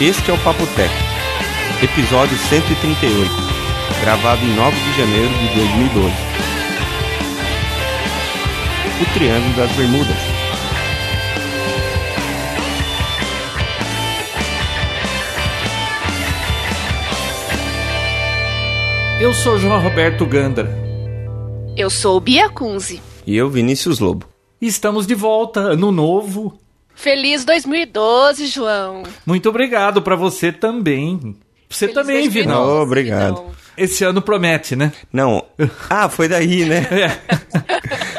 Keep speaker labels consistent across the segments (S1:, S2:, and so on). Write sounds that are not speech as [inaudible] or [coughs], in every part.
S1: Este é o Papo Tech, episódio 138, gravado em 9 de janeiro de 2012. O Triângulo das Bermudas.
S2: Eu sou João Roberto Gandra.
S3: Eu sou Bia Kunze.
S1: E eu, Vinícius Lobo.
S2: E estamos de volta, ano novo.
S3: Feliz 2012, João.
S2: Muito obrigado para você também. Você
S3: Feliz
S2: também,
S3: 2012,
S2: Vinão.
S1: Vinão. Obrigado.
S3: Vinão.
S2: Esse ano promete, né?
S1: [laughs] Não. Ah, foi daí, né?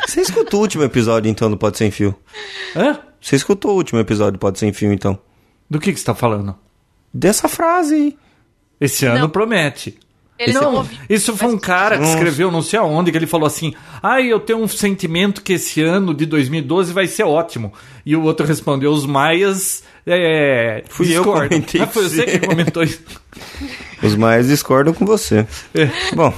S1: Você escutou o último episódio, então, do Pode Sem Fio?
S2: Hã?
S1: Você escutou o último episódio do Pode Sem Fio, então?
S2: Do que, que você está falando?
S1: Dessa frase, hein?
S2: Esse ano
S3: Não.
S2: promete.
S3: Ele não,
S2: não,
S3: ouviu.
S2: isso foi um cara que
S1: Nossa.
S2: escreveu não sei aonde, que ele falou assim: Ai, eu tenho um sentimento que esse ano de 2012 vai ser ótimo. E o outro respondeu: Os maias. É,
S1: Fui eu que
S2: discordam."
S1: comentei
S2: Ah, foi
S1: isso.
S2: você que comentou isso.
S1: Os mais discordam com você.
S2: É.
S1: Bom,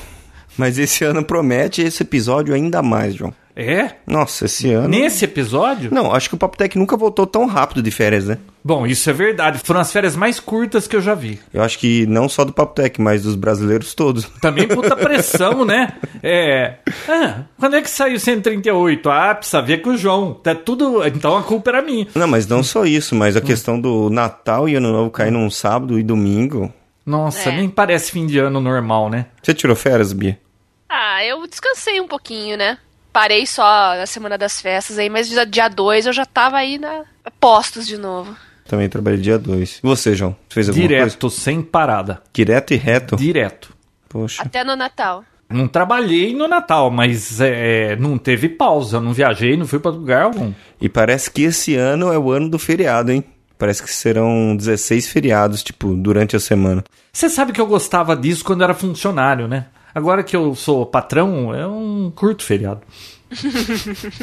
S1: mas esse ano promete esse episódio ainda mais, João. [laughs]
S2: É?
S1: Nossa, esse ano.
S2: Nesse episódio?
S1: Não, acho que o Papo Tech nunca voltou tão rápido de férias, né?
S2: Bom, isso é verdade. Foram as férias mais curtas que eu já vi.
S1: Eu acho que não só do Papo Tech, mas dos brasileiros todos. [laughs]
S2: Também puta pressão, né? É. Ah, quando é que saiu 138? Ah, precisa ver com o João. Tá tudo. Então a culpa era minha.
S1: Não, mas não só isso, mas a questão do Natal e Ano Novo cair num sábado e domingo.
S2: Nossa,
S3: É.
S2: nem parece fim de ano normal, né?
S1: Você tirou férias, Bia?
S3: Ah, eu descansei um pouquinho, né? Parei só na semana das festas aí, mas dia- dia 2 eu já tava aí na a postos de novo.
S1: Também trabalhei dia 2. E você, João? Fez alguma coisa?
S2: Direto, sem parada.
S1: Direto e reto?
S2: Direto.
S1: Poxa.
S3: Até no Natal.
S2: Não trabalhei no Natal, mas é, não teve pausa. Não viajei, não fui pra lugar algum.
S1: E parece que esse ano é o ano do feriado, hein? Parece que serão 16 feriados, tipo, durante a semana.
S2: Você sabe que eu gostava disso quando era funcionário, né? Agora que eu sou patrão, é um curto feriado.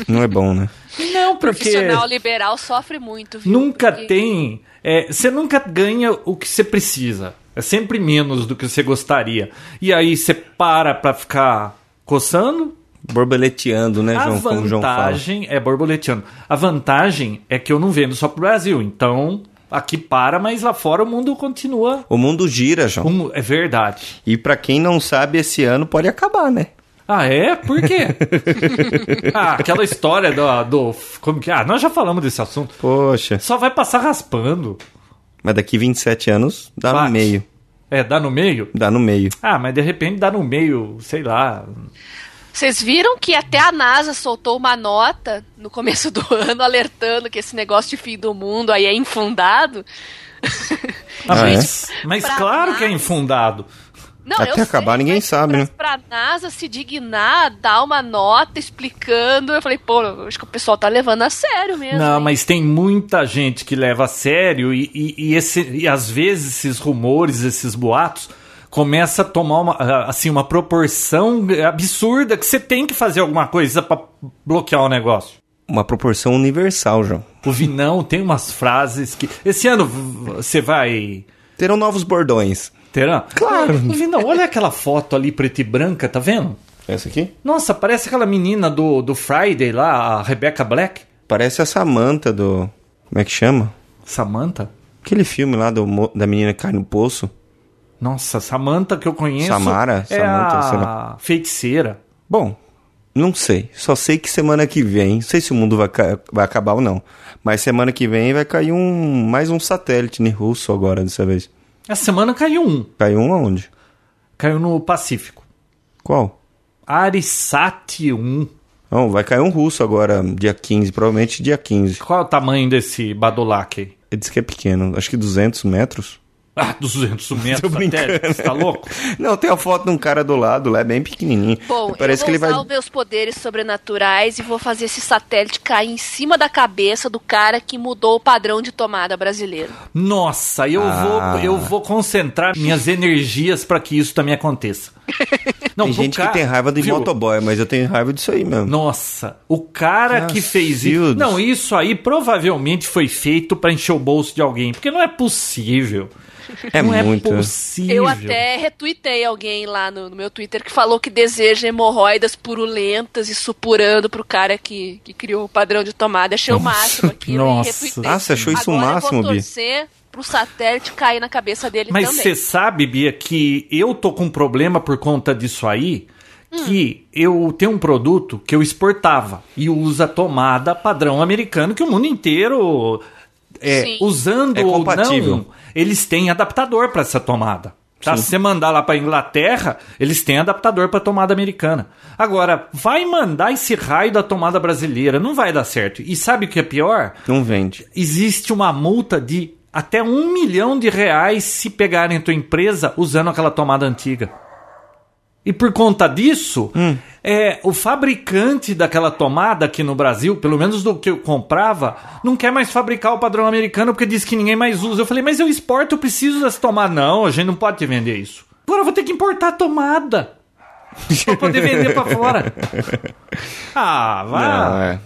S1: Não é bom, [laughs] né?
S2: Não, porque.
S3: Profissional liberal sofre muito, viu?
S2: Nunca
S3: Porque-
S2: tem. é, Você nunca ganha o que você precisa. É sempre menos do que você gostaria. E aí você para pra ficar coçando.
S1: Borboleteando, né,
S2: a
S1: João? Como o João fala.
S2: vantagem é borboleteando. A vantagem é que eu não vendo só pro Brasil. Então aqui para, mas lá fora o mundo continua.
S1: O mundo gira, João.
S2: Um- é verdade.
S1: E pra quem não sabe, esse ano pode acabar, né?
S2: Ah, é?
S1: [laughs]
S2: Por quê? ah, aquela história do, do. Como que. Ah, nós já falamos desse assunto.
S1: Poxa.
S2: Só vai passar raspando.
S1: Mas daqui 27 anos, dá
S2: Bate.
S1: no meio.
S2: É, dá no meio?
S1: Dá no meio.
S2: Ah, mas de repente dá no meio, sei lá.
S3: Vocês viram que até a NASA soltou uma nota no começo do [laughs] ano alertando que esse negócio de fim do mundo aí é infundado?
S2: Ah,
S1: Ah,
S3: é?
S2: mas mas
S3: Pra
S2: claro que é
S3: nós.
S2: infundado.
S3: Não,
S1: Até
S3: eu
S1: acabar
S3: sei,
S1: ninguém
S3: mas
S1: sabe,
S3: pra,
S1: né?
S3: Pra NASA se dignar, dar uma nota explicando, eu falei, pô, eu acho que o pessoal tá levando a sério mesmo.
S2: Não,
S3: hein?
S2: mas tem muita gente que leva a sério e, e, e esse, e às vezes esses rumores, esses boatos, começa a tomar uma, ah, assim, uma proporção absurda que você tem que fazer alguma coisa pra bloquear o negócio.
S1: Uma proporção universal, João.
S2: O Vinão tem umas frases que. Esse ano v- você vai.
S1: Terão novos bordões.
S2: Terão? Claro! Vinão, olha aquela foto ali preta e branca, tá vendo?
S1: Essa É aqui?
S2: Nossa, parece aquela menina do, do Friday lá, a Rebecca Black.
S1: Parece a Samantha do. Como é que chama?
S2: Samantha?
S1: Aquele filme lá do mo- da menina que cai no poço.
S2: Nossa, Samantha que eu conheço.
S1: Samara?
S2: É
S1: Samantha, sei
S2: a feiticeira.
S1: Bom, não sei. Só sei que semana que vem, não sei se o mundo vai, ca- vai acabar ou não. Mas semana que vem vai cair um mais um satélite né, russo agora dessa vez.
S2: Essa semana caiu um.
S1: Caiu um aonde?
S2: Caiu no Pacífico.
S1: Qual?
S2: Arisat 1.
S1: Não, vai cair um russo agora, dia 15, provavelmente dia 15.
S2: Qual é o tamanho desse Badulac aí?
S1: Ele disse que é pequeno, acho que 200 metros.
S2: Ah,
S1: [laughs]
S2: 200 metros até. Você tá louco?
S1: Não, tem a foto de um cara do lado lá, é bem pequenininho.
S3: Bom,
S1: Parece
S3: eu
S1: que
S3: vou
S1: ele vai.
S3: usar os meus poderes sobrenaturais e vou fazer esse satélite cair em cima da cabeça do cara que mudou o padrão de tomada brasileiro.
S2: Nossa, eu,
S1: Ah.
S2: vou, eu vou concentrar minhas energias pra que isso
S1: [laughs]
S2: também aconteça. Não,
S1: Tem
S2: pro
S1: gente
S2: cara-
S1: que tem raiva do
S2: Viu?
S1: motoboy, mas eu tenho raiva disso aí mesmo.
S2: Nossa, o cara que fez isso.
S1: Cacildes.
S2: Não, isso aí provavelmente foi feito pra encher o bolso de alguém, porque não é possível.
S1: É
S2: não
S1: muito.
S2: é possível.
S3: Eu até retuitei alguém lá no, no meu Twitter que falou que deseja hemorroidas purulentas e supurando pro cara que, que criou o padrão de tomada. Achei o máximo aqui.
S2: Nossa.
S1: Ah, você achou isso o máximo,
S3: eu vou
S1: Bi?
S3: torcer pro satélite cair na cabeça dele
S2: Mas
S3: também.
S2: você sabe, Bia, que eu tô com um problema por conta disso aí, que eu tenho um produto que eu exportava e usa tomada padrão americano que o mundo inteiro é,
S3: Sim.
S2: usando
S1: É
S2: ou não,
S1: compatível.
S2: eles têm adaptador para essa tomada. Tá?
S1: Sim.
S2: Se você mandar lá para Inglaterra, eles têm adaptador para tomada americana. Agora, vai mandar esse raio da tomada brasileira, não vai dar certo. E sabe o que é pior?
S1: Não vende.
S2: existe uma multa de até um milhão de reais se pegarem tua empresa usando aquela tomada antiga. E por conta disso,
S1: Hum.
S2: é, o fabricante daquela tomada aqui no Brasil, pelo menos do que eu comprava, não quer mais fabricar o padrão americano porque diz que ninguém mais usa. Eu falei, mas eu exporto, eu preciso dessa tomada. Não, a gente não pode te vender isso. Agora eu vou ter que importar a tomada pra poder vender pra fora.
S1: [laughs]
S2: Ah, vai.
S1: Não, é.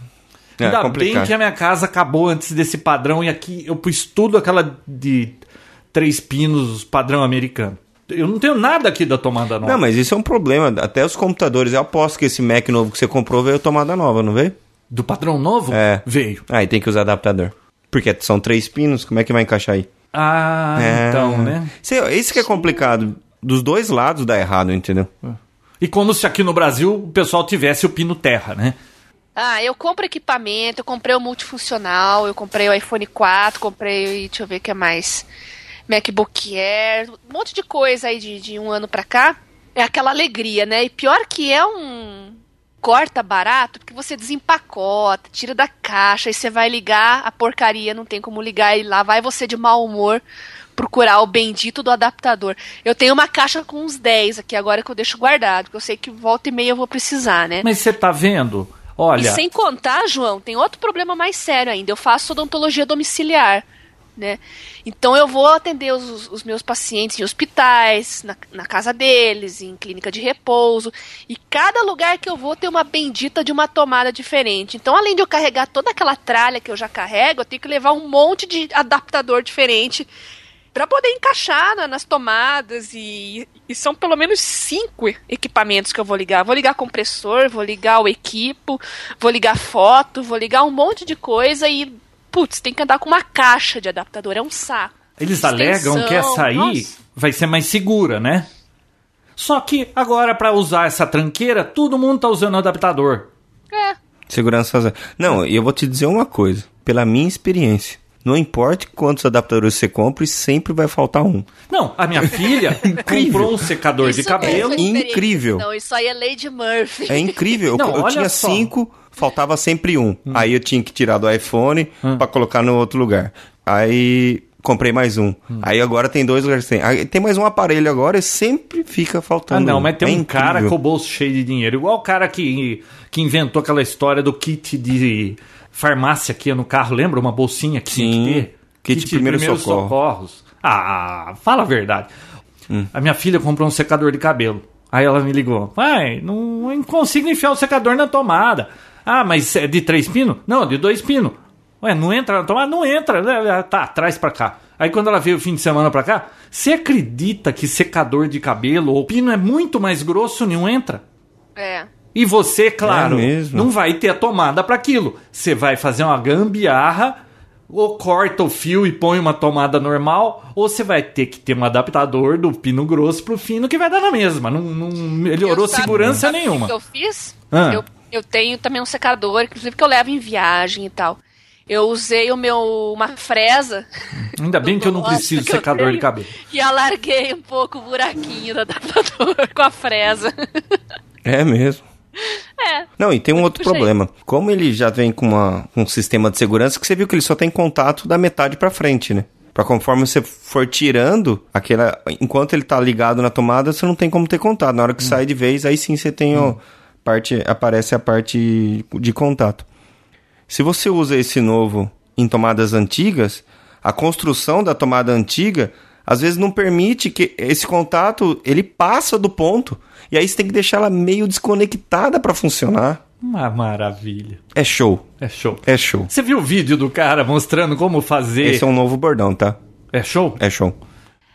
S1: É
S2: Ainda bem
S1: complicado.
S2: que a minha casa acabou antes desse padrão e aqui eu pus tudo aquela de três pinos padrão americano. Eu não tenho nada aqui da tomada nova.
S1: Não, mas isso é um problema. Até os computadores. Eu aposto que esse Mac novo que você comprou veio tomada nova, não veio?
S2: Do padrão novo?
S1: É.
S2: Veio.
S1: Aí tem que usar adaptador. Porque são três pinos, como é que vai encaixar aí?
S2: Ah,
S1: É.
S2: então, né?
S1: Sei, Isso que é complicado. Dos dois lados dá errado, entendeu?
S2: E como se aqui no Brasil o pessoal tivesse o pino terra, né?
S3: Ah, eu compro equipamento, eu comprei o multifuncional, eu comprei o iPhone 4, comprei, deixa eu ver o que é mais, MacBook Air, um monte de coisa aí de, de um ano pra cá. É aquela alegria, né? E pior que é um corta barato, porque você desempacota, tira da caixa, aí você vai ligar a porcaria, não tem como ligar, e lá vai você de mau humor procurar o bendito do adaptador. Eu tenho uma caixa com uns 10 aqui agora que eu deixo guardado, porque eu sei que volta e meia eu vou precisar, né?
S2: Mas você tá vendo?
S3: E
S2: Olha,
S3: sem contar, João, tem outro problema mais sério ainda. Eu faço odontologia domiciliar, né? Então eu vou atender os, os meus pacientes em hospitais, na, na casa deles, em clínica de repouso. E cada lugar que eu vou tem uma bendita de uma tomada diferente. Então, além de eu carregar toda aquela tralha que eu já carrego, eu tenho que levar um monte de adaptador diferente para poder encaixar na- nas tomadas e, e são pelo menos cinco equipamentos que eu vou ligar. Vou ligar compressor, vou ligar o equipo, vou ligar foto, vou ligar um monte de coisa e putz, tem que andar com uma caixa de adaptador, é um saco.
S2: eles
S3: Extensão,
S2: alegam que essa aí
S3: nossa.
S2: vai ser mais segura, né? Só que agora pra usar essa tranqueira, todo mundo tá usando adaptador.
S3: É.
S1: Segurança zero. Não, e eu vou te dizer uma coisa, pela minha experiência. Não importa quantos adaptadores você compre, sempre vai faltar um.
S2: Não,
S1: [laughs]
S2: a minha filha comprou um secador de
S3: Isso não é
S2: cabelo.
S3: sua experiência,
S1: incrível.
S3: Não, isso aí é Lady Murphy.
S1: É incrível. Eu-
S2: Não,
S1: eu
S2: olha
S1: tinha
S2: só. Hum.
S1: cinco, faltava sempre um. Aí eu tinha que tirar do iPhone pra colocar no outro lugar. Aí comprei mais um.
S2: Hum.
S1: Aí agora tem dois lugares. que Tem, aí tem mais um aparelho agora e sempre fica
S2: Ah,
S1: faltando.
S2: não, mas tem
S1: É
S2: um cara
S1: incrível.
S2: com o bolso cheio de dinheiro. Igual o cara que, que inventou aquela história do kit de farmácia que ia no carro, lembra? Uma bolsinha que tinha
S1: Sim,
S2: que ter.
S1: kit de primeiros socorro.
S2: socorros. Hum. Ah, fala a verdade. A minha filha comprou um secador de cabelo. Aí ela me ligou. Pai, não consigo enfiar o secador na tomada. Ah, mas é de três pinos? Não, de dois pinos. Ué, não entra na tomada? Não entra. né? Tá, traz pra cá. Aí quando ela veio o fim de semana pra cá, você acredita que secador de cabelo ou pino é muito mais grosso, não entra?
S3: É.
S2: E você, claro,
S1: É mesmo.
S2: não vai ter a tomada para aquilo. Você vai fazer uma gambiarra, ou corta o fio e põe uma tomada normal, ou você vai ter que ter um adaptador do pino grosso pro fino que vai dar na mesma. Não, não melhorou
S3: Eu sabe-
S2: segurança
S3: sabe o que
S2: nenhuma.
S3: que eu fiz?
S2: Ah.
S3: Eu, eu tenho também um secador, inclusive que eu levo em viagem e tal. Eu usei o meu uma fresa
S2: Ainda bem que eu não
S3: Nossa,
S2: preciso
S3: que eu
S2: secador de
S3: tenho.
S2: cabelo.
S3: E alarguei um pouco o buraquinho [laughs] do adaptador com a fresa.
S1: É mesmo.
S3: É.
S1: Não, e tem um outro
S3: Puxa aí.
S1: problema. Como ele já vem com uma- um sistema de segurança, que você viu que ele só tem contato da metade pra frente, né? Pra conforme você for tirando, aquela, enquanto ele tá ligado na tomada, você não tem como ter contato. Na hora que sai de vez, aí sim você tem o parte, aparece a parte de contato. Se você usa esse novo em tomadas antigas, a construção da tomada antiga às vezes não permite que esse contato ele passa do ponto e aí você tem que deixar ela meio desconectada para funcionar.
S2: Uma maravilha.
S1: É show,
S2: É show.
S1: é show. é
S2: Você viu o vídeo do cara mostrando como fazer?
S1: Esse é um novo bordão, tá?
S2: É show?
S1: É show.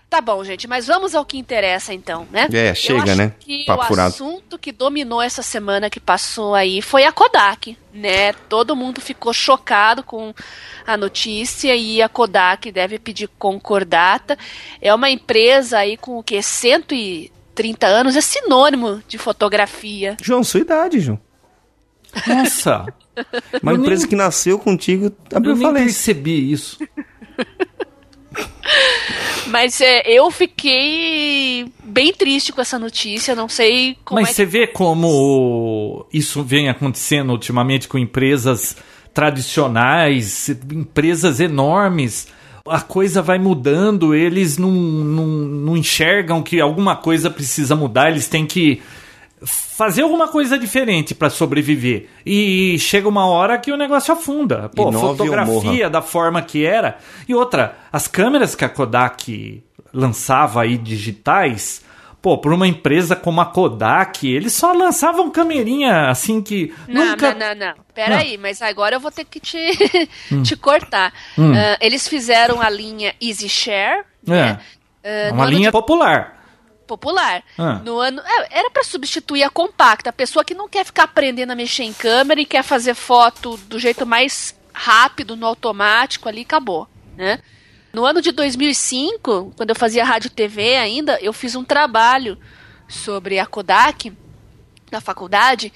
S3: Tá bom, gente, mas vamos ao que interessa então, né?
S1: É, chega, né?
S3: Que
S1: Papo
S3: o
S1: furado.
S3: assunto que dominou essa semana que passou aí foi a Kodak, né? Todo mundo ficou chocado com a notícia e a Kodak deve pedir concordata. É uma empresa aí com o que 130 anos, é sinônimo de fotografia.
S1: João, sua idade, João. É. [laughs]
S2: Nossa,
S1: Uma
S2: Eu nem-
S1: empresa que nasceu contigo abriu
S2: eu nem
S1: falência.
S2: percebi isso.
S3: Mas é, eu fiquei bem triste com essa notícia, não sei como
S2: Mas
S3: é que
S2: você vê como isso vem acontecendo ultimamente com empresas tradicionais, empresas enormes. A coisa vai mudando, eles não, não, não enxergam que alguma coisa precisa mudar, eles têm que fazer alguma coisa diferente para sobreviver. E chega uma hora que o negócio afunda. Pô,
S1: Inove ou
S2: fotografia é da forma que era. E outra, as câmeras que a Kodak lançava aí digitais, pô, para uma empresa como a Kodak, eles só lançavam camerinha assim que
S3: Não,
S2: nunca Ah.
S3: não, não, não. Peraí, mas agora eu vou ter que te, [laughs]
S2: Hum.
S3: te cortar. Ah, eles fizeram a linha Easy Share,
S2: é,
S3: ah, no
S2: uma
S3: ano
S2: linha popular.
S3: de- popular.
S2: Ah.
S3: No ano, é, era pra substituir a compacta, a pessoa que não quer ficar aprendendo a mexer em câmera e quer fazer foto do jeito mais rápido, no automático ali, acabou, né? No ano de 2005, quando eu fazia rádio e TV ainda, eu fiz um trabalho sobre a Kodak na faculdade.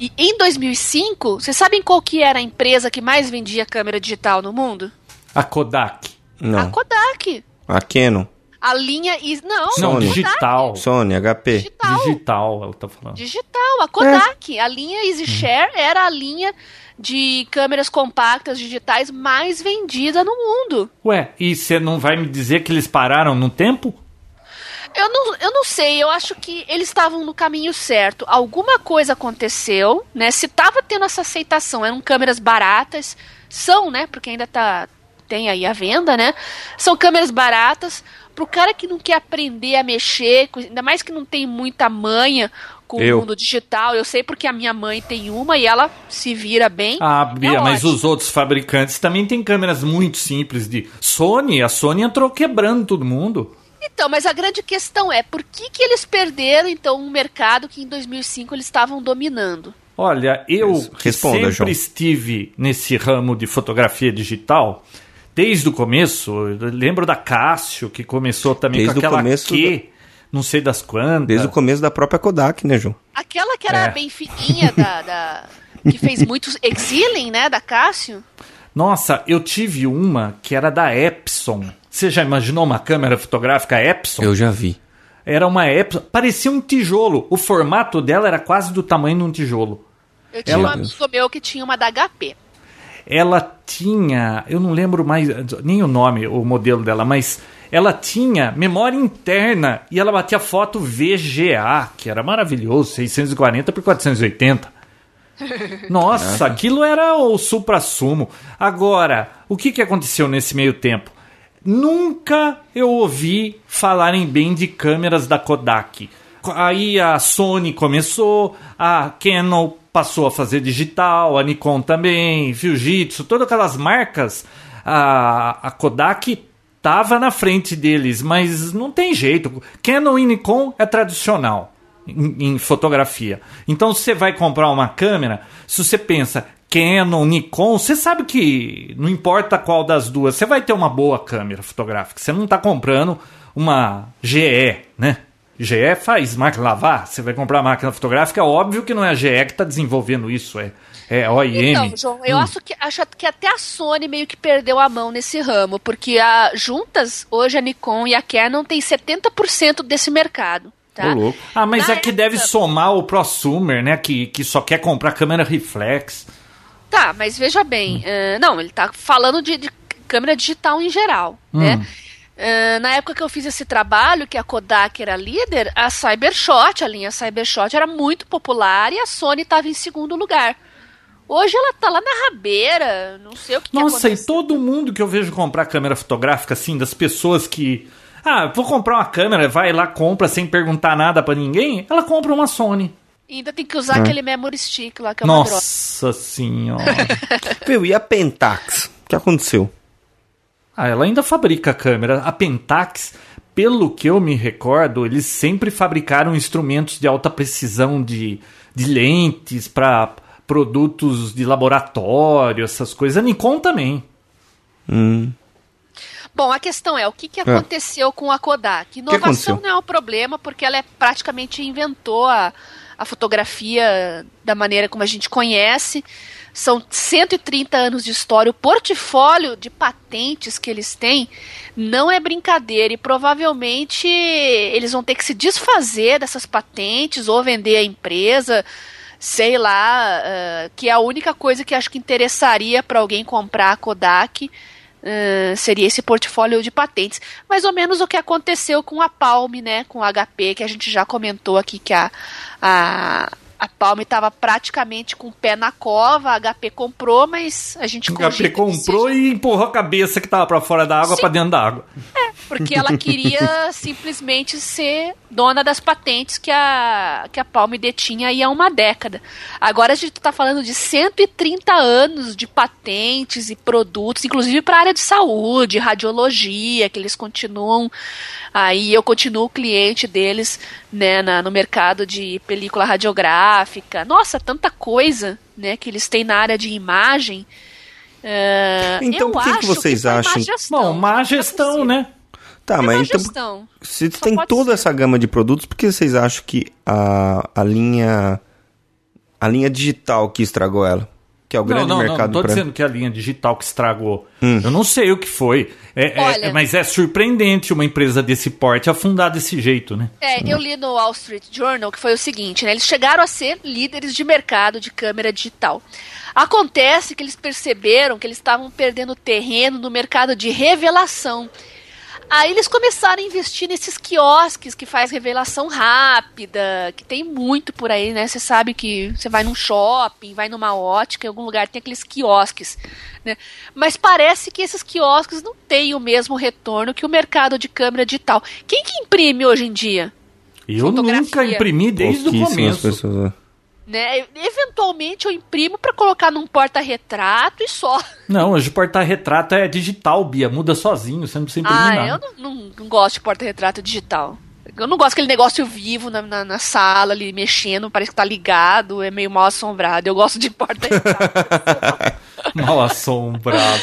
S3: E em 2005, vocês sabem qual que era a empresa que mais vendia câmera digital no mundo?
S2: A Kodak.
S3: A
S1: Não.
S3: Kodak.
S1: A Canon,
S3: A linha is... não,
S2: Não,
S1: Sony.
S2: digital.
S1: Sony, HP.
S3: digital.
S2: Digital, ela tá falando.
S3: Digital, a Kodak. A linha EasyShare era a linha de câmeras compactas digitais mais vendida no mundo.
S2: Ué, e você não vai me dizer que eles pararam no tempo?
S3: Eu não, eu não sei, eu acho que eles estavam no caminho certo. Alguma coisa aconteceu, né? Se tava tendo essa aceitação, eram câmeras baratas, são, né? Porque ainda tá tem aí a venda, né? São câmeras baratas pro cara que não quer aprender a mexer, com- ainda mais que não tem muita manha com
S1: Eu.
S3: o mundo digital. Eu sei porque a minha mãe tem uma e ela se vira bem.
S2: Ah, Bia,
S3: É
S2: mas
S3: ótimo.
S2: os outros fabricantes também têm câmeras muito simples de Sony. A Sony entrou quebrando todo mundo.
S3: Então, mas a grande questão é por que, que eles perderam então um mercado que em 2005 eles estavam dominando?
S2: Olha, eu
S1: Res-
S2: que
S1: responda,
S2: sempre
S1: João.
S2: estive nesse ramo de fotografia digital desde o começo. Eu lembro da Cássio que começou também
S1: Desde
S2: com
S1: o
S2: aquela
S1: começo
S2: Q, não sei das quantas.
S1: Desde o começo da própria Kodak, né, João?
S3: Aquela que era
S2: É.
S3: bem fininha da, da- que fez muitos exiling, né, da Cássio.
S2: Nossa, eu tive uma que era da Epson. Você já imaginou uma câmera fotográfica Epson?
S1: já vi.
S2: Era uma Epson, parecia um tijolo. O formato dela era quase do tamanho de um tijolo.
S3: Eu tinha
S1: Ela-
S3: um amigo meu que tinha uma da HP.
S2: ela tinha, eu não lembro mais nem o nome, o modelo dela, mas ela tinha memória interna e ela batia foto VGA, que era maravilhoso, 640 por 480. [laughs] Nossa, aquilo era o supra-sumo. Agora, o que, que aconteceu nesse meio tempo? Nunca eu ouvi falarem bem de câmeras da Kodak. Aí a Sony começou, a Canon passou a fazer digital, a Nikon também, Fujitsu, todas aquelas marcas, a, a Kodak tava na frente deles, mas não tem jeito. Canon e Nikon é tradicional em, em fotografia. Então, se você vai comprar uma câmera, se você pensa Canon, Nikon, você sabe que não importa qual das duas, você vai ter uma boa câmera fotográfica. Você não está comprando uma GE, né? GE faz máquina lavar. Você vai comprar máquina fotográfica, óbvio que não é a GE que está desenvolvendo isso, é, é OIM.
S3: Então, João,
S2: Hum.
S3: eu acho que acho que até a Sony meio que perdeu a mão nesse ramo, porque a, juntas hoje a Nikon e a Canon têm 70% desse mercado, tá?
S1: Ô, louco.
S2: Ah, mas
S3: Na
S2: é que deve
S3: época-
S2: somar o prosumer, né? Que, que só quer comprar câmera reflex.
S3: Tá, mas veja
S2: Hum.
S3: bem. eh, não, ele tá falando de, de câmera digital em geral,
S2: Hum.
S3: né? Eh, na época que eu fiz esse trabalho, que a Kodak era líder, a Cybershot, a linha Cybershot, era muito popular e a Sony estava em segundo lugar. Hoje ela tá lá na rabeira, não sei o que que
S2: Nossa, e
S3: aconteceu.
S2: todo mundo que eu vejo comprar câmera fotográfica, assim, das pessoas que. Ah, vou comprar uma câmera, vai lá, compra sem perguntar nada pra ninguém, ela compra uma Sony.
S3: Ainda tem que usar aquele memory stick lá, que é uma droga.
S2: É. Nossa senhora.
S1: Viu, e a Pentax? O que aconteceu?
S2: ah, ela ainda fabrica câmera. A Pentax. pelo que eu me recordo, eles sempre fabricaram instrumentos de alta precisão de, de lentes para produtos de laboratório, essas coisas. A Nikon também.
S1: Hum.
S3: Bom, a questão é o que, que aconteceu com a Kodak.
S1: aconteceu?
S3: Inovação não é um problema, porque ela é, praticamente inventou a, a fotografia da maneira como a gente conhece. São 130 anos de história. O portfólio de patentes que eles têm não é brincadeira. E provavelmente eles vão ter que se desfazer dessas patentes ou vender a empresa. Sei lá, ah, que é a única coisa que acho que interessaria para alguém comprar a Kodak. Ah, seria esse portfólio de patentes. Mais ou menos o que aconteceu com a Palm, né? Com a HP, que a gente já comentou aqui que a, a, a Palm estava praticamente com o pé na cova, a HP comprou, mas a gente
S2: O
S3: cogita
S2: HP
S3: que
S2: comprou e empurrou a cabeça que estava para fora da água
S3: Sim.
S2: para dentro da água.
S3: porque
S1: [laughs]
S3: ela queria simplesmente ser dona das patentes que a, que a Palme detinha aí há uma década. Agora a gente está falando de 130 anos de patentes e produtos, inclusive para a área de saúde, radiologia, que eles continuam aí, eu continuo cliente deles né, na- no mercado de película radiográfica. Nossa, tanta coisa né, que eles têm na área de imagem. É,
S1: Então,
S3: eu
S1: por que que
S3: acho
S1: vocês
S3: foi má
S1: acham?
S3: gestão.
S2: Bom, má
S3: Não é
S2: gestão,
S3: possível.
S2: né?
S1: Tá,
S3: É má
S1: mas então
S3: gestão.
S1: se
S3: Só
S1: tem
S3: pode
S1: toda
S3: ser.
S1: essa gama de produtos, por que vocês acham que a, a linha a linha digital que estragou ela? Que é o grande
S2: não, não,
S1: mercado
S2: não, não tô
S1: pra-
S2: dizendo que é a linha digital que estragou. Eu não sei o que foi. É- é-
S3: Hum. Olha.
S2: mas é surpreendente uma empresa desse porte afundar desse jeito, né?
S3: É, eu li no Wall Street Journal que foi o seguinte, né? Eles chegaram a ser líderes de mercado de câmera digital. Acontece que eles perceberam que eles estavam perdendo terreno no mercado de revelação. Aí eles começaram a investir nesses quiosques que faz revelação rápida, que tem muito por aí, né? Você sabe que você vai num shopping, vai numa ótica, em algum lugar tem aqueles quiosques, né? Mas parece que esses quiosques não têm o mesmo retorno que o mercado de câmera digital. Quem que imprime hoje em dia?
S2: Eu
S3: Fotografia.
S2: nunca imprimi desde o
S1: Pouquíssimas
S2: começo.
S1: pessoas.
S3: Né? Eventualmente eu imprimo para colocar num porta-retrato e só.
S2: Não, hoje o porta-retrato é digital, Bia. Muda sozinho, você não precisa imprimir
S3: Ah,
S2: nada.
S3: eu não, não- não gosto de porta-retrato digital. Eu não gosto daquele negócio vivo na, na- na sala ali mexendo, parece que tá ligado, é meio mal assombrado. Eu gosto de [laughs] porta-retrato.
S2: Mal
S3: [laughs]
S2: assombrado.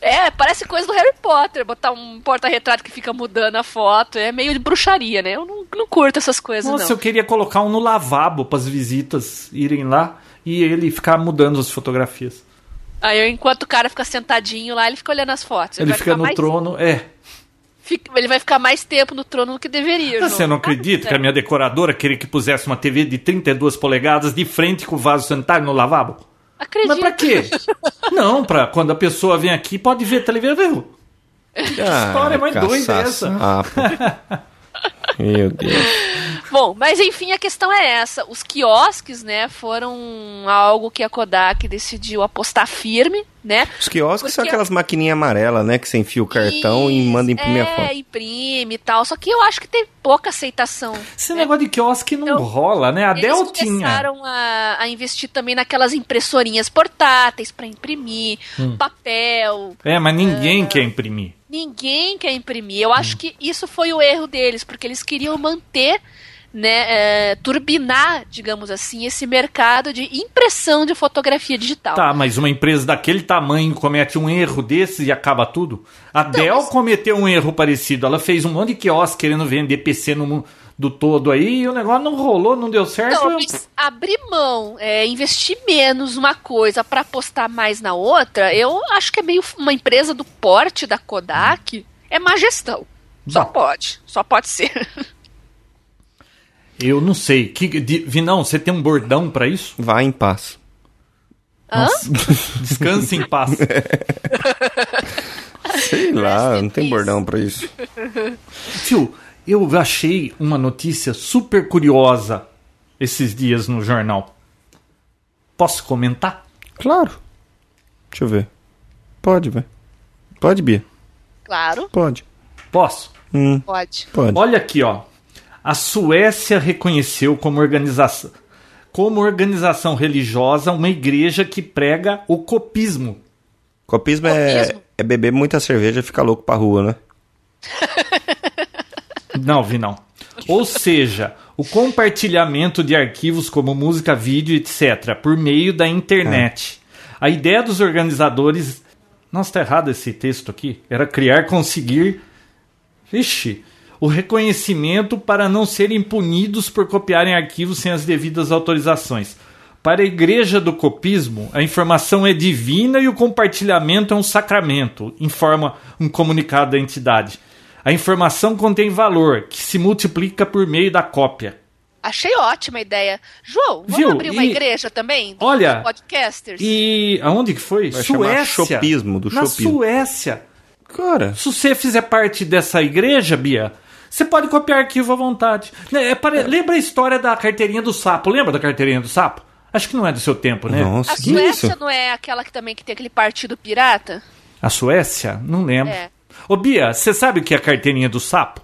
S3: é, parece coisa do Harry Potter, botar um porta-retrato que fica mudando a foto. É meio de bruxaria, né? Eu não, não curto essas coisas,
S2: Nossa,
S3: não.
S2: eu queria colocar um no lavabo para as visitas irem lá e ele ficar mudando as fotografias.
S3: Aí eu, enquanto o cara fica sentadinho lá, ele fica olhando as fotos.
S2: ele
S3: vai
S2: fica
S3: ficar
S2: no
S3: mais-
S2: trono. É.
S3: fica- ele vai ficar mais tempo no trono do que deveria. João. É.
S2: Você não acredita que a minha decoradora queria que pusesse uma TV de 32 polegadas de frente com o vaso sanitário no lavabo?
S3: Acredito.
S2: Mas pra quê? não, pra quando a pessoa vem aqui, pode ver televisão.
S1: Ah,
S2: história mais doida é
S1: caçaço.
S2: essa?
S1: Ah, pô. Meu Deus.
S3: [laughs] Bom, mas enfim, a questão é essa. Os quiosques, né, foram algo que a Kodak decidiu apostar firme, né?
S1: Os quiosques são
S3: Porque-
S1: aquelas maquininhas amarelas, né? Que você enfia o cartão e,
S3: Isso,
S1: manda imprimir
S3: é,
S1: a foto.
S3: imprime e tal. Só que eu acho que tem pouca aceitação.
S2: Esse negócio de quiosque não
S3: Então,
S2: rola, né? A Dell
S3: É. Eles
S2: tinha.
S3: começaram a, a investir também naquelas impressorinhas portáteis para imprimir, papel.
S2: É, mas ninguém quer imprimir.
S3: Ninguém quer imprimir. Eu acho que isso foi o erro deles, porque eles queriam manter, né, é, turbinar, digamos assim, esse mercado de impressão de fotografia digital.
S2: Tá, mas uma empresa daquele tamanho comete um erro desse e acaba tudo? A Dell
S3: Então, mas-
S2: cometeu um erro parecido. Ela fez um monte de quiosque querendo vender PC no mundo todo aí e o negócio não rolou, não deu certo.
S3: Não, mas Então, abrir mão, é, investir menos numa coisa para apostar mais na outra, eu acho que é meio uma empresa do porte da Kodak, é má gestão. Só
S2: Bom.
S3: pode, só pode ser.
S2: Eu não sei. Que, de, Vinão, você tem um bordão pra isso?
S1: Vai em paz.
S2: Nossa. Descanse em
S3: [laughs]
S2: paz.
S1: Sei lá,
S3: Rest in
S1: não tem
S3: peace.
S1: bordão pra isso.
S2: Tio, eu achei uma notícia super curiosa esses dias no jornal. Posso comentar?
S1: Claro. Deixa eu ver. Pode, velho. Pode, Bia.
S3: Claro,
S1: Pode.
S2: Posso?
S1: Hum,
S3: pode.
S1: pode.
S2: Olha aqui, ó. A Suécia reconheceu como organização, como organização religiosa uma igreja que prega o copismo.
S1: Copismo, é,
S3: Copismo.
S1: é beber muita cerveja e ficar louco pra rua, né?
S2: Não, vi não. Ou seja, o compartilhamento de arquivos como música, vídeo, etc., por meio da internet. A ideia dos organizadores. Nossa, tá errado esse texto aqui. Era criar, conseguir. Vixe! O reconhecimento para não serem punidos por copiarem arquivos sem as devidas autorizações. Para a igreja do copismo, a informação é divina e o compartilhamento é um sacramento, informa um comunicado da entidade. A informação contém valor, que se multiplica por meio da cópia.
S3: Achei ótima a ideia. João, vamos
S2: Viu?
S3: abrir uma
S2: E-
S3: igreja também? dos
S2: Olha,
S3: Podcasters?
S2: E aonde que foi?
S1: Vai chamar
S2: Suécia.
S1: chopismo, do
S2: Na
S1: chopismo.
S2: Suécia.
S1: Cara,
S2: Se você fizer parte dessa igreja, Bia, você pode copiar arquivo à vontade. Né, é pare- Lembra a história da carteirinha do sapo? Lembra da carteirinha do sapo? Acho que não é do seu tempo, né?
S1: nossa,
S3: A
S1: que isso?
S3: Suécia não é aquela que também que tem aquele partido pirata?
S2: A Suécia? Não lembro.
S3: É.
S2: Ô, Bia, você sabe o que é a carteirinha do sapo?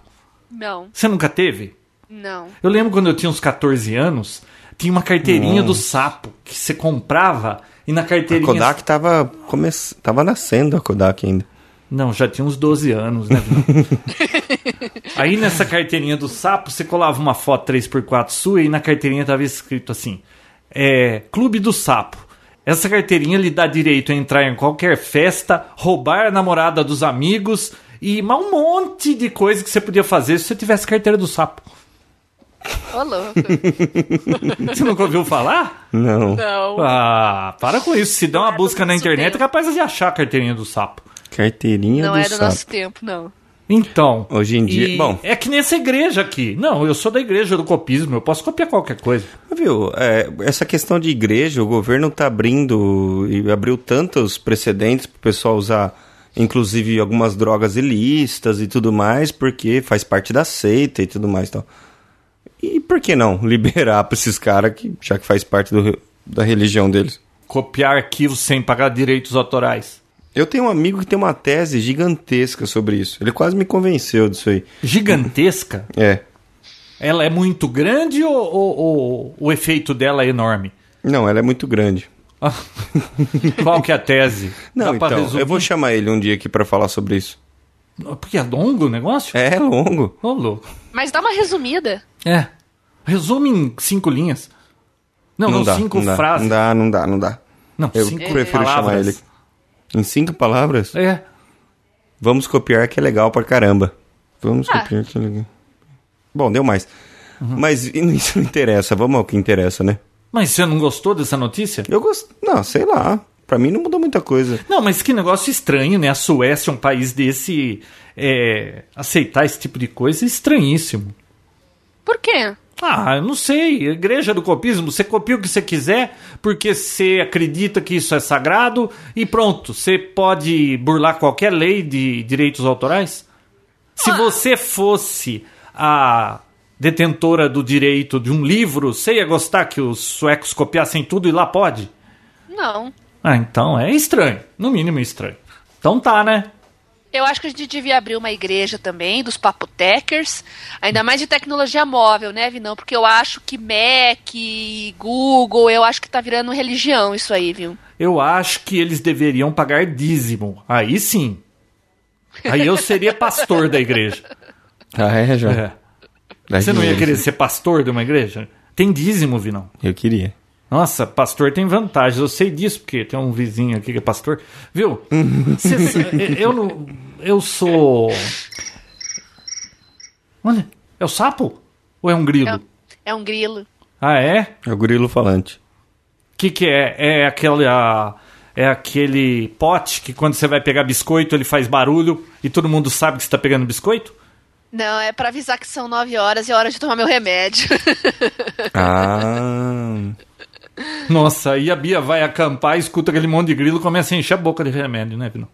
S3: Não,
S2: Você nunca teve?
S3: não.
S2: Eu lembro quando eu tinha uns 14 anos, tinha uma carteirinha do sapo que você comprava e na
S1: A
S2: carteirinha.
S1: Kodak tava, come... tava nascendo a Kodak ainda.
S2: Não, já tinha uns 12 anos, né? Vinão? Aí nessa carteirinha do sapo, você colava uma foto 3x4 sua e na carteirinha tava escrito assim: é, Clube do Sapo. Essa carteirinha lhe dá direito a entrar em qualquer festa, roubar a namorada dos amigos e mais um monte de coisa que você podia fazer se você tivesse carteira do sapo.
S3: Ô, louco.
S2: Você nunca ouviu
S1: [laughs]
S2: falar?
S1: Não,
S3: Não.
S2: Ah, para com isso. Se der uma
S3: Não é do
S2: busca na
S3: nosso
S2: internet, é
S3: tempo.
S2: capaz de achar a carteirinha do sapo.
S1: carteirinha
S3: Não
S1: do
S3: é do
S1: sapo.
S3: nosso tempo, não.
S2: Então.
S1: Hoje em dia-
S2: e
S1: bom.
S2: É que nessa igreja aqui. Não, eu sou da igreja do copismo, eu posso copiar qualquer coisa.
S1: Mas, Viu, é, essa questão de igreja, o governo tá abrindo e abriu tantos precedentes pro pessoal usar, inclusive, algumas drogas ilícitas e tudo mais, porque faz parte da seita e tudo mais. Então. E por que não [laughs] liberar pra esses caras, que, já que faz parte do re- da religião deles?
S2: Copiar arquivos sem pagar direitos autorais.
S1: Eu tenho um amigo que tem uma tese gigantesca sobre isso. Ele quase me convenceu disso aí.
S2: Gigantesca.
S1: É.
S2: Ela é muito grande ou, ou- ou o efeito dela é enorme? [laughs]
S1: Não, ela é muito grande.
S2: Ah, Qual que é a tese?
S1: Não,
S2: Dá pra
S1: então,
S2: resumir?
S1: eu vou chamar ele um dia aqui pra falar sobre isso.
S2: Porque é longo o negócio?
S1: É longo.
S2: Ô, louco.
S3: Mas dá uma resumida.
S2: É. Resume em cinco linhas. Não, não,
S1: dá,
S2: cinco
S1: não dá,
S2: frases.
S1: Não dá, não dá, não dá.
S2: Não,
S1: Eu
S2: cinco
S1: prefiro chamar
S2: palavras.
S1: ele. Em cinco palavras,
S2: É.
S1: vamos copiar que é legal pra caramba. Vamos
S3: Ah.
S1: copiar que é legal. Bom, deu mais.
S2: Uhum.
S1: Mas [laughs] isso não interessa, vamos ao que interessa, né?
S2: Mas você não gostou dessa notícia?
S1: Eu gosto. Não, sei lá. Pra mim não mudou muita coisa.
S2: Não, mas que negócio estranho, né? A Suécia, um país desse, é, aceitar esse tipo de coisa é estranhíssimo.
S3: Por quê?
S2: Ah, eu não sei. Igreja do copismo, você copia o que você quiser, porque você acredita que isso é sagrado e pronto, você pode burlar qualquer lei de direitos autorais? Se
S3: Ah.
S2: você fosse a detentora do direito de um livro, você ia gostar que os suecos copiassem tudo e lá pode?
S3: Não.
S2: Ah, então é estranho. No mínimo estranho. Então tá, né?
S3: Eu acho que a gente devia abrir uma igreja também, dos papotecers, ainda mais de tecnologia móvel, né, Vinão? Porque eu acho que Mac, Google, eu acho que tá virando religião isso aí, viu?
S2: Eu acho que eles deveriam pagar dízimo. Aí sim. Aí eu seria pastor da igreja.
S1: Ah, é, já.
S2: É. Você não ia querer ser pastor de uma igreja? Tem dízimo, Vinão.
S1: Eu queria.
S2: Nossa, pastor tem vantagens. Eu sei disso, porque tem um vizinho aqui que é pastor. Viu? Cê sa- é, eu não. Eu sou. Olha, é o sapo? Ou é um
S3: É,
S2: grilo?
S3: é um grilo.
S2: Ah, é?
S1: É o gorilo falante.
S2: O que, que é? É aquele, a- é aquele pote que quando você vai pegar biscoito ele faz barulho e todo mundo sabe que você está pegando biscoito?
S3: Não, é pra avisar que são nove horas e é hora de tomar meu remédio.
S1: Ah.
S2: Nossa, aí a Bia vai acampar, escuta aquele monte de grilo e começa a encher a boca de remédio, né, Pino?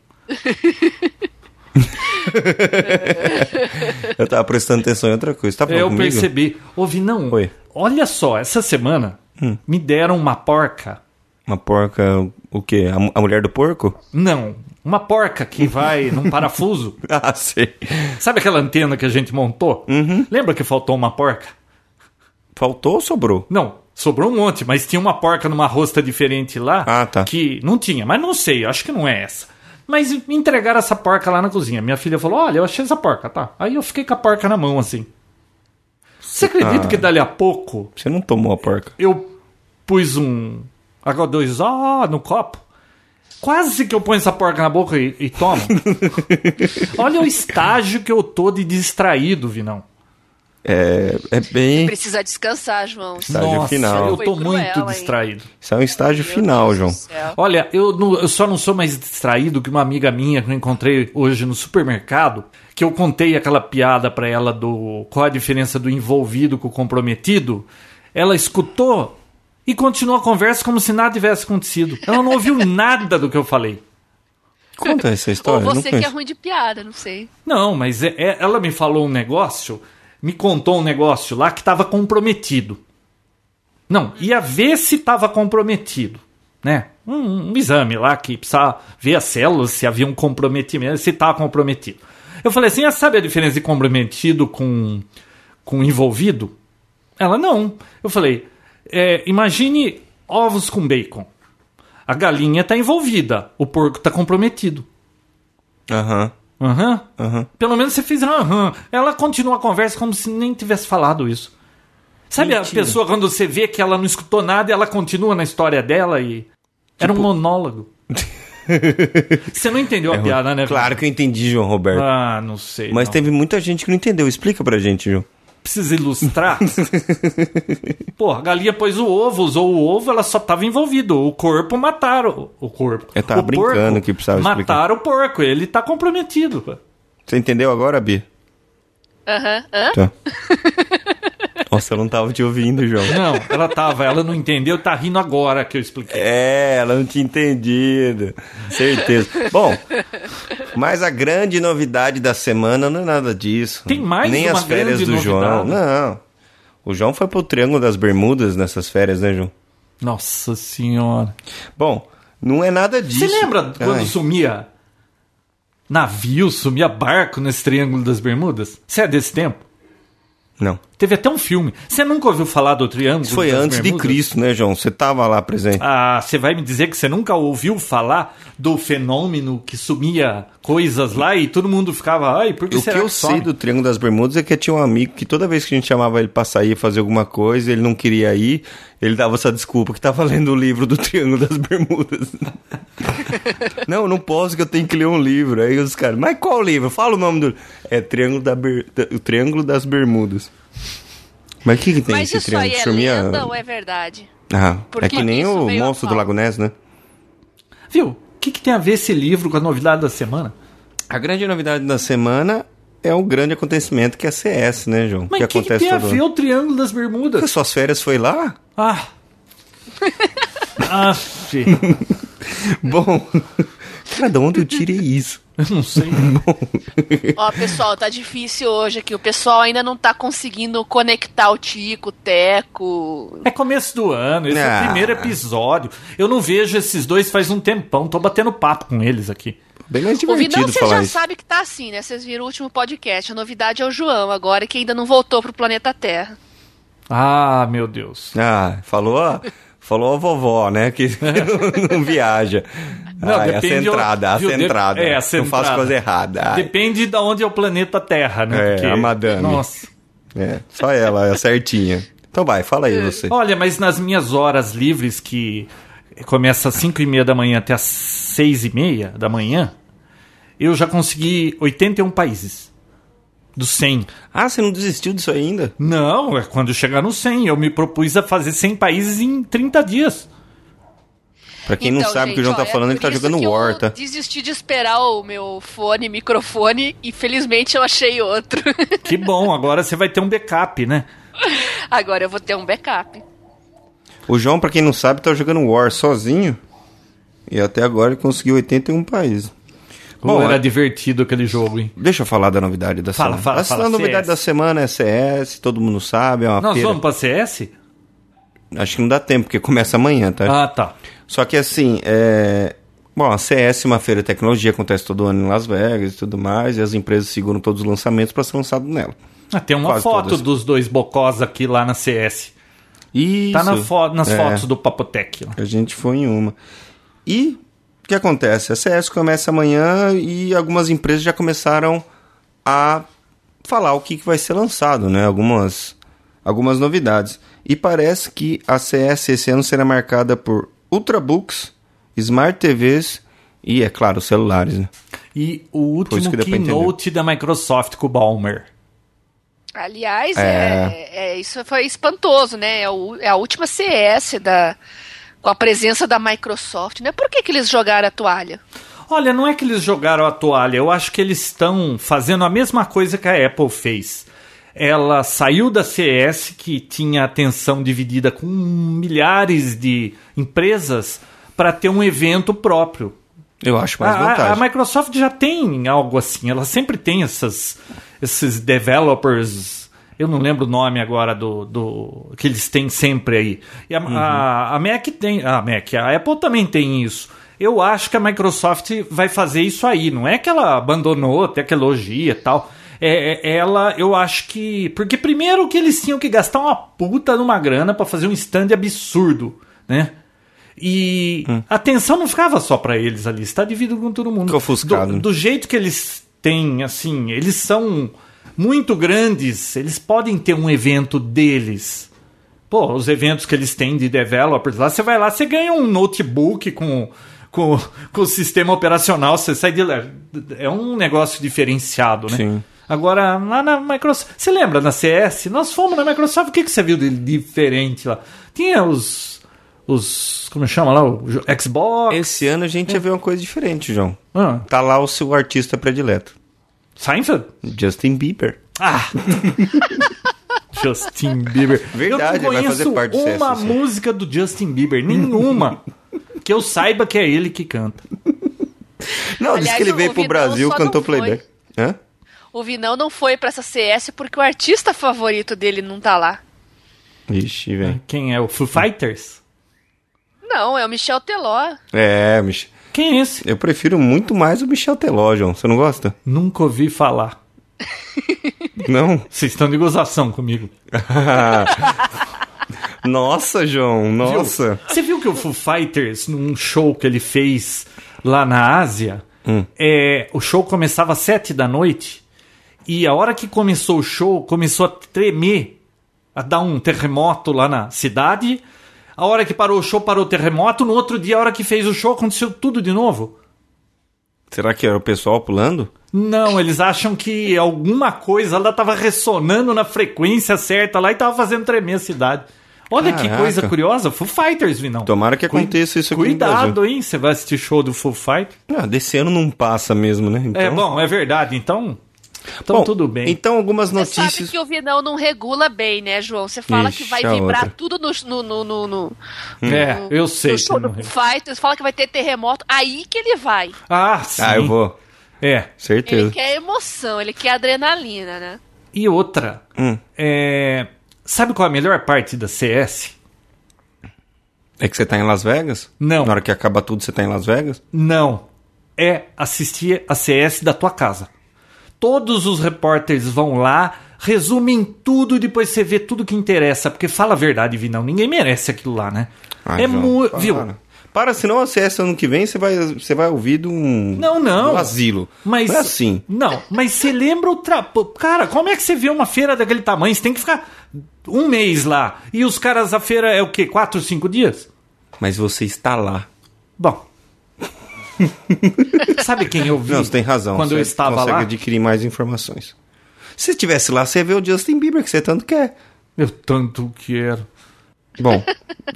S1: Eu tava prestando atenção em outra coisa. Tá bom
S2: Eu
S1: comigo?
S2: percebi. Ô, Vinão,
S1: Oi. Hum.
S2: olha só, essa semana me deram uma porca.
S1: Uma porca. O quê? A, mu- a mulher do porco? [laughs]
S2: Não, uma porca que vai num parafuso.
S1: [laughs] Ah, sei.
S2: Sabe aquela antena que a gente montou?
S1: Uhum.
S2: Lembra que faltou uma porca?
S1: Faltou ou sobrou?
S2: Não, sobrou um monte, mas tinha uma porca numa rosta diferente lá.
S1: Ah, tá.
S2: Que não tinha, mas não sei, acho que não é essa. Mas me entregaram essa porca lá na cozinha. Minha filha falou: Olha, eu achei essa porca, tá? Aí eu fiquei com a porca na mão, assim. Você acredita
S1: Ah.
S2: que dali a pouco
S1: Você não tomou a porca.
S2: eu pus um H2O no copo? Quase que eu ponho essa porca na boca e,
S1: [laughs]
S2: e tomo. Olha o estágio que eu tô de distraído, Vinão.
S1: É, é bem.
S3: Precisa descansar, João. Isso
S1: Estágio
S2: Nossa,
S1: final.
S2: eu
S3: Foi
S2: tô
S3: cruel,
S2: muito
S3: hein?
S2: distraído.
S1: Isso é um estágio
S3: Meu
S1: final,
S3: Deus
S1: João.
S3: do céu.
S2: Olha, eu, não- eu só não sou mais distraído que uma amiga minha que eu encontrei hoje no supermercado, que eu contei aquela piada pra ela do qual a diferença do envolvido com o comprometido. Ela escutou e continuou a conversa como se nada tivesse acontecido. Ela não ouviu nada do que eu falei.
S1: Conta essa
S3: Ou
S1: história. eu não
S3: você que é
S1: conheço.
S3: ruim de piada, não sei.
S2: Não, mas é- é- ela me falou um negócio, me contou um negócio lá que estava comprometido. Não, ia ver se estava comprometido, né? Um, um exame lá que precisava ver as células, se havia um comprometimento, se estava comprometido. Eu falei assim, "Ah, sabe a diferença de comprometido com, com envolvido? Ela, não. Eu falei, "É, imagine ovos com bacon. A galinha está envolvida, o porco está comprometido.
S1: Aham,
S2: Aham.
S1: aham.
S2: Pelo menos você fez aham. Ela continua a conversa como se nem tivesse falado isso. Sabe
S1: Mentira.
S2: a pessoa quando você vê que ela não escutou nada e ela continua na história dela e. Era um
S1: Tipo- [laughs]
S2: monólogo. você não entendeu a piada, né?
S1: É Claro que eu entendi, João Roberto.
S2: Ah, não sei.
S1: Mas
S2: não.
S1: teve muita gente que não entendeu. Explica pra gente, João.
S2: Precisa
S1: [laughs]
S2: ilustrar? Pô, a galinha pôs o ovo, usou o ovo, ela só tava envolvida. O corpo mataram o corpo.
S1: Eu tava
S2: o
S1: brincando
S2: porco
S1: que precisava explicar.
S2: Mataram o porco, ele tá comprometido. pô.
S1: Você entendeu agora, Bi?
S3: Aham, hã?
S1: Tá. [laughs] Nossa, eu não tava te ouvindo, João.
S2: Não, ela tava, ela não entendeu, tá rindo agora que eu expliquei.
S1: É, ela não tinha entendido. Certeza. Bom, mas a grande novidade da semana não é nada disso.
S2: Tem mais
S1: Nem
S2: uma
S1: as férias
S2: grande
S1: do João.
S2: novidade.
S1: Não. O João foi pro Triângulo das Bermudas nessas férias, né, João?
S2: Nossa senhora.
S1: Bom, não é nada disso.
S2: Você lembra quando
S1: Ai,
S2: sumia navio, sumia barco nesse Triângulo das Bermudas? Você é desse tempo?
S1: Não.
S2: Teve até um filme. Você nunca ouviu falar do Triângulo
S1: Isso foi
S2: das
S1: antes de
S2: Bermudas?
S1: Cristo, né, João? Você tava lá presente.
S2: Ah, você vai me dizer que você nunca ouviu falar do fenômeno que sumia coisas lá e todo mundo ficava, ai, por que
S1: O que
S2: será
S1: eu
S2: some?"
S1: sei do Triângulo das Bermudas é que tinha um amigo que toda vez que a gente chamava ele pra sair fazer alguma coisa, ele não queria ir, ele dava essa desculpa que tava [laughs] lendo o livro do Triângulo das Bermudas. [laughs] não, não posso que eu tenho que ler um livro. Aí os caras, mas qual livro? Fala o nome do. É Triângulo, da Ber- da- o Triângulo das Bermudas. Mas o que, que tem
S3: Mas
S1: esse
S3: isso aí
S1: triângulo?
S3: é
S1: Sumia-
S3: lenda ou é verdade?
S1: Ah,
S3: Por
S1: é
S3: que
S1: que nem
S3: isso
S1: o
S3: veio à
S1: monstro do
S3: tona?
S1: Lago Ness, né?
S2: Viu? O que, que tem a ver esse livro com a novidade da semana?
S1: A grande novidade da semana é um grande acontecimento que é a CS, né, João?
S2: Mas o que, que
S1: acontece
S2: tem a
S1: todo
S2: ver
S1: ano.
S2: o Triângulo das
S1: [laughs]
S2: Bermudas?
S1: Suas férias foi
S3: [laughs]
S1: lá?
S2: Ah. ah, fi,
S1: Bom, um cara, de onde eu tirei isso?
S2: eu não sei.
S3: Ó, pessoal, tá difícil hoje aqui. O pessoal ainda não tá conseguindo conectar o Tico, o Teco.
S2: É começo do ano, esse é
S1: Ah.
S2: o primeiro episódio. Eu não vejo esses dois faz um tempão, tô batendo papo com eles aqui.
S1: Bem mais
S3: O Vinão,
S1: É divertido
S3: você já
S1: falar isso.
S3: sabe que tá assim, né? Vocês viram o último podcast. A novidade é o João agora, que ainda não voltou pro planeta Terra.
S2: Ah, meu Deus.
S1: Ah, falou a, falou a vovó, né?
S3: [laughs]
S1: Que [laughs] não, não viaja.
S2: Não,
S1: Ai, a
S2: depende
S1: centrada, a
S2: onde- viu, de-
S1: centrada.
S2: é, a
S1: Não
S2: centrada.
S1: faço coisa errada. Ai,
S2: Depende de onde é o planeta Terra, né?
S1: É, a madame.
S2: Nossa.
S1: é, só ela, é certinha. Então vai, fala aí você.
S2: Olha, mas nas minhas horas livres, que começa às 5 e meia da manhã até às 6 e meia da manhã, eu já consegui 81 países. Dos 100.
S1: Ah, você não desistiu disso ainda?
S2: Não, é quando chegar no 100. Eu me propus a fazer 100 países em 30 dias.
S1: Pra quem não
S3: Então,
S1: sabe o que o
S3: gente,
S1: João tá
S3: ó, é
S1: falando,
S3: por
S1: ele tá
S3: isso
S1: jogando
S3: que eu
S1: War, tá?
S3: Desisti de esperar o meu fone, microfone, e felizmente eu achei outro. [laughs]
S2: Que bom, agora você vai ter um backup, né?
S3: Agora eu vou ter um backup.
S1: O João, pra quem não sabe, tá jogando War sozinho. E até agora ele conseguiu 81 países.
S2: Bom,
S1: Bom,
S2: era
S1: é-
S2: divertido aquele jogo, hein?
S1: Deixa eu falar da novidade da
S2: Fala,
S1: semana.
S2: fala,
S1: a
S2: fala,
S1: novidade
S2: CS.
S1: da semana é CS, todo mundo sabe, é uma
S2: Nós
S1: pera.
S2: vamos pra CS?
S1: Acho que não dá tempo, porque começa amanhã, tá?
S2: Ah, tá.
S1: Só que assim, é... Bom, a CS, é uma feira de tecnologia, acontece todo ano em Las Vegas e tudo mais, e as empresas seguram todos os lançamentos para ser lançado nela.
S2: Ah, tem uma
S1: Quase
S2: foto
S1: todas.
S2: dos dois bocós aqui lá na CS.
S1: Isso.
S2: Tá na fo- nas
S1: É.
S2: fotos do Papotec. lá.
S1: A gente foi em uma. E o que acontece? A CS começa amanhã e algumas empresas já começaram a falar o que, que vai ser lançado, né? Algumas algumas novidades. E parece que a CS esse ano será marcada por ultrabooks, smart TVs e, é claro, celulares. Né?
S2: E o último
S1: que deu pra
S2: keynote da Microsoft com o Balmer.
S3: Aliás, é- é- isso foi espantoso, né? É, o- é a última CS da, com a presença da Microsoft, né? Por que, que eles jogaram a toalha?
S2: Olha, não é que eles jogaram a toalha, eu acho que eles estão fazendo a mesma coisa que a Apple fez. Ela saiu da CS, que tinha atenção dividida com milhares de empresas, para ter um evento próprio.
S1: Eu acho
S3: Ah,
S1: mais
S2: a, a-
S1: vantagem.
S2: a Microsoft já tem algo assim, ela sempre tem essas, esses developers. Eu não lembro o nome agora do, do que eles têm sempre aí. E a, a- a Mac tem, a Mac, a Apple também tem isso. Eu acho que a Microsoft vai fazer isso aí. Não é que ela abandonou tecnologia e tal. É, é- ela, eu acho que. Porque primeiro que eles tinham que gastar uma puta numa grana pra fazer um stand absurdo, né? E a atenção não ficava só pra eles ali, está dividido com todo mundo.
S1: Fica ofuscado,
S2: Do,
S1: né?
S2: do jeito que eles têm, assim, eles são muito grandes, eles podem ter um evento deles. Pô, os eventos que eles têm de developers lá, você vai lá, você ganha um notebook com com, com o sistema operacional, você sai de lá. É um negócio diferenciado, né?
S1: Sim.
S2: Agora, lá na Microsoft. Você lembra na CS? Nós fomos na Microsoft, o que, que você viu de diferente lá? Tinha os. os como chama lá? O jo- Xbox.
S1: Esse ano a gente já vê uma coisa diferente, João.
S2: Ah,
S1: Tá lá o seu artista predileto,
S2: Seinfeld?
S1: Justin Bieber.
S2: Ah! [laughs] Justin Bieber.
S1: Verdade,
S2: eu não
S1: vai
S2: conheço
S1: fazer parte do CS,
S2: uma
S1: sim.
S2: música do Justin Bieber,
S1: [laughs]
S2: nenhuma. que eu saiba que é ele que canta.
S1: Não,
S3: Aliás,
S1: disse que ele
S3: o
S1: veio pro
S3: Vidal
S1: Brasil,
S3: só
S1: cantou
S3: não foi.
S1: playback. Hã?
S3: O Vinão não foi pra essa CS porque o artista favorito dele não tá lá.
S1: Ixi, velho.
S2: Quem é? O Foo Fighters?
S3: Não, é o Michel Teló.
S1: É, Mich-
S2: Quem é esse?
S1: eu prefiro muito mais o Michel Teló, João. Você não gosta?
S2: Nunca ouvi falar.
S1: Não? [laughs]
S2: Vocês estão de gozação comigo.
S1: nossa, João, nossa.
S2: Você viu que o Foo Fighters, num show que ele fez lá na Ásia,
S1: Hum.
S2: é, o show começava às sete da noite e a hora que começou o show, começou a tremer, a dar um terremoto lá na cidade. A hora que parou o show, parou o terremoto. No outro dia, a hora que fez o show, aconteceu tudo de novo.
S1: Será que era o pessoal pulando?
S2: Não, eles acham que alguma coisa lá tava ressonando na frequência certa lá e tava fazendo tremer a cidade. Olha que
S1: Caraca.
S2: coisa curiosa, Foo Fighters, Vinão.
S1: Tomara que
S2: Cui-
S1: aconteça isso aqui no
S2: Cuidado, hein? Você vai assistir show do Foo Fighters?
S1: Ah, desse ano não passa mesmo, né? Então...
S2: É bom, é verdade. Então, então
S1: Bom,
S2: tudo bem.
S1: Então algumas
S3: Você sabe
S1: notícias.
S3: que o Vinão não regula bem, né, João? Você fala
S1: Ixi,
S3: que vai
S1: a
S3: vibrar
S1: outra. Hum.
S3: tudo no, no, no, no, no-
S2: É, eu sei.
S3: no
S2: que
S3: show
S2: não-
S3: do Fighters, fala que vai ter terremoto, aí que ele vai.
S2: Ah, sim.
S1: Ah, eu vou.
S2: É.
S1: Certeza.
S3: Ele quer emoção, ele quer adrenalina, né?
S2: E outra.
S1: Hum.
S2: é, Sabe qual é a melhor parte da CS?
S1: É que você tá em Las Vegas?
S2: Não.
S1: Na hora que acaba tudo, você tá em Las Vegas?
S2: Não. É assistir a CS da tua casa. Todos os repórteres vão lá, resumem tudo e depois você vê tudo que interessa. Porque fala a verdade, Vinão, ninguém merece aquilo lá, né?
S1: Ai,
S2: é
S1: Ah, João,
S2: muito.
S1: para.
S2: Viu?
S1: Para, senão a CS ano que vem você vai, você vai ouvir de um.
S2: Não, não.
S1: do asilo.
S2: Mas,
S1: Não é assim.
S2: Não, mas você lembra o trapo. Cara, como é que você vê uma feira daquele tamanho? Você tem que ficar um mês lá. E os caras, a feira é o quê? Quatro, cinco dias?
S1: Mas você está lá.
S2: Bom. [laughs] Sabe quem eu vi?
S1: Não, você tem razão.
S2: Quando
S1: você
S2: eu estava
S1: consegue
S2: lá.
S1: adquirir mais informações. Se estivesse lá, você ia ver o Justin Bieber que você tanto quer.
S2: Eu tanto quero. [laughs]
S1: Bom,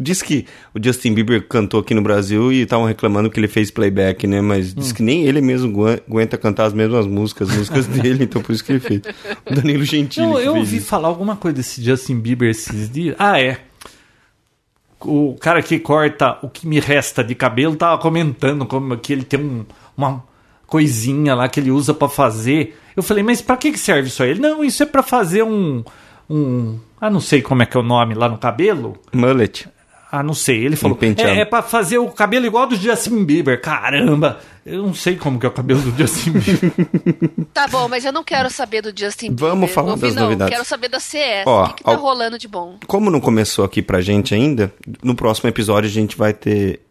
S1: diz que o Justin Bieber cantou aqui no Brasil e estavam reclamando que ele fez playback, né? Mas
S2: Hum.
S1: diz que nem ele mesmo gua- aguenta cantar as mesmas músicas, as
S2: [laughs]
S1: músicas dele, então por isso que ele fez. O Danilo Gentili.
S2: Eu,
S1: que
S2: Então, eu
S1: fez
S2: ouvi
S1: isso.
S2: falar alguma coisa desse Justin Bieber esses dias. Ah, é. O cara que corta o que me resta de cabelo tava comentando como que ele tem um- uma coisinha lá que ele usa pra fazer. Eu falei, mas pra que que serve isso aí? Ele, não, isso é pra fazer um, um. Ah, não sei como é que é o nome lá no cabelo.
S1: Mullet.
S2: Ah, não sei. Ele falou.
S1: penteado.
S2: É, é pra fazer o cabelo igual do Justin Bieber. Caramba! Eu não sei como que é o cabelo do Justin Bieber.
S3: Tá bom, mas eu não quero saber do Justin Bieber.
S1: Vamos falar
S3: Não vi,
S1: das
S3: não.
S1: novidades.
S3: Quero saber da CS.
S1: Ó,
S3: o que, que tá
S1: ao-
S3: rolando de bom?
S1: Como não começou aqui pra gente ainda, no próximo episódio a gente vai ter.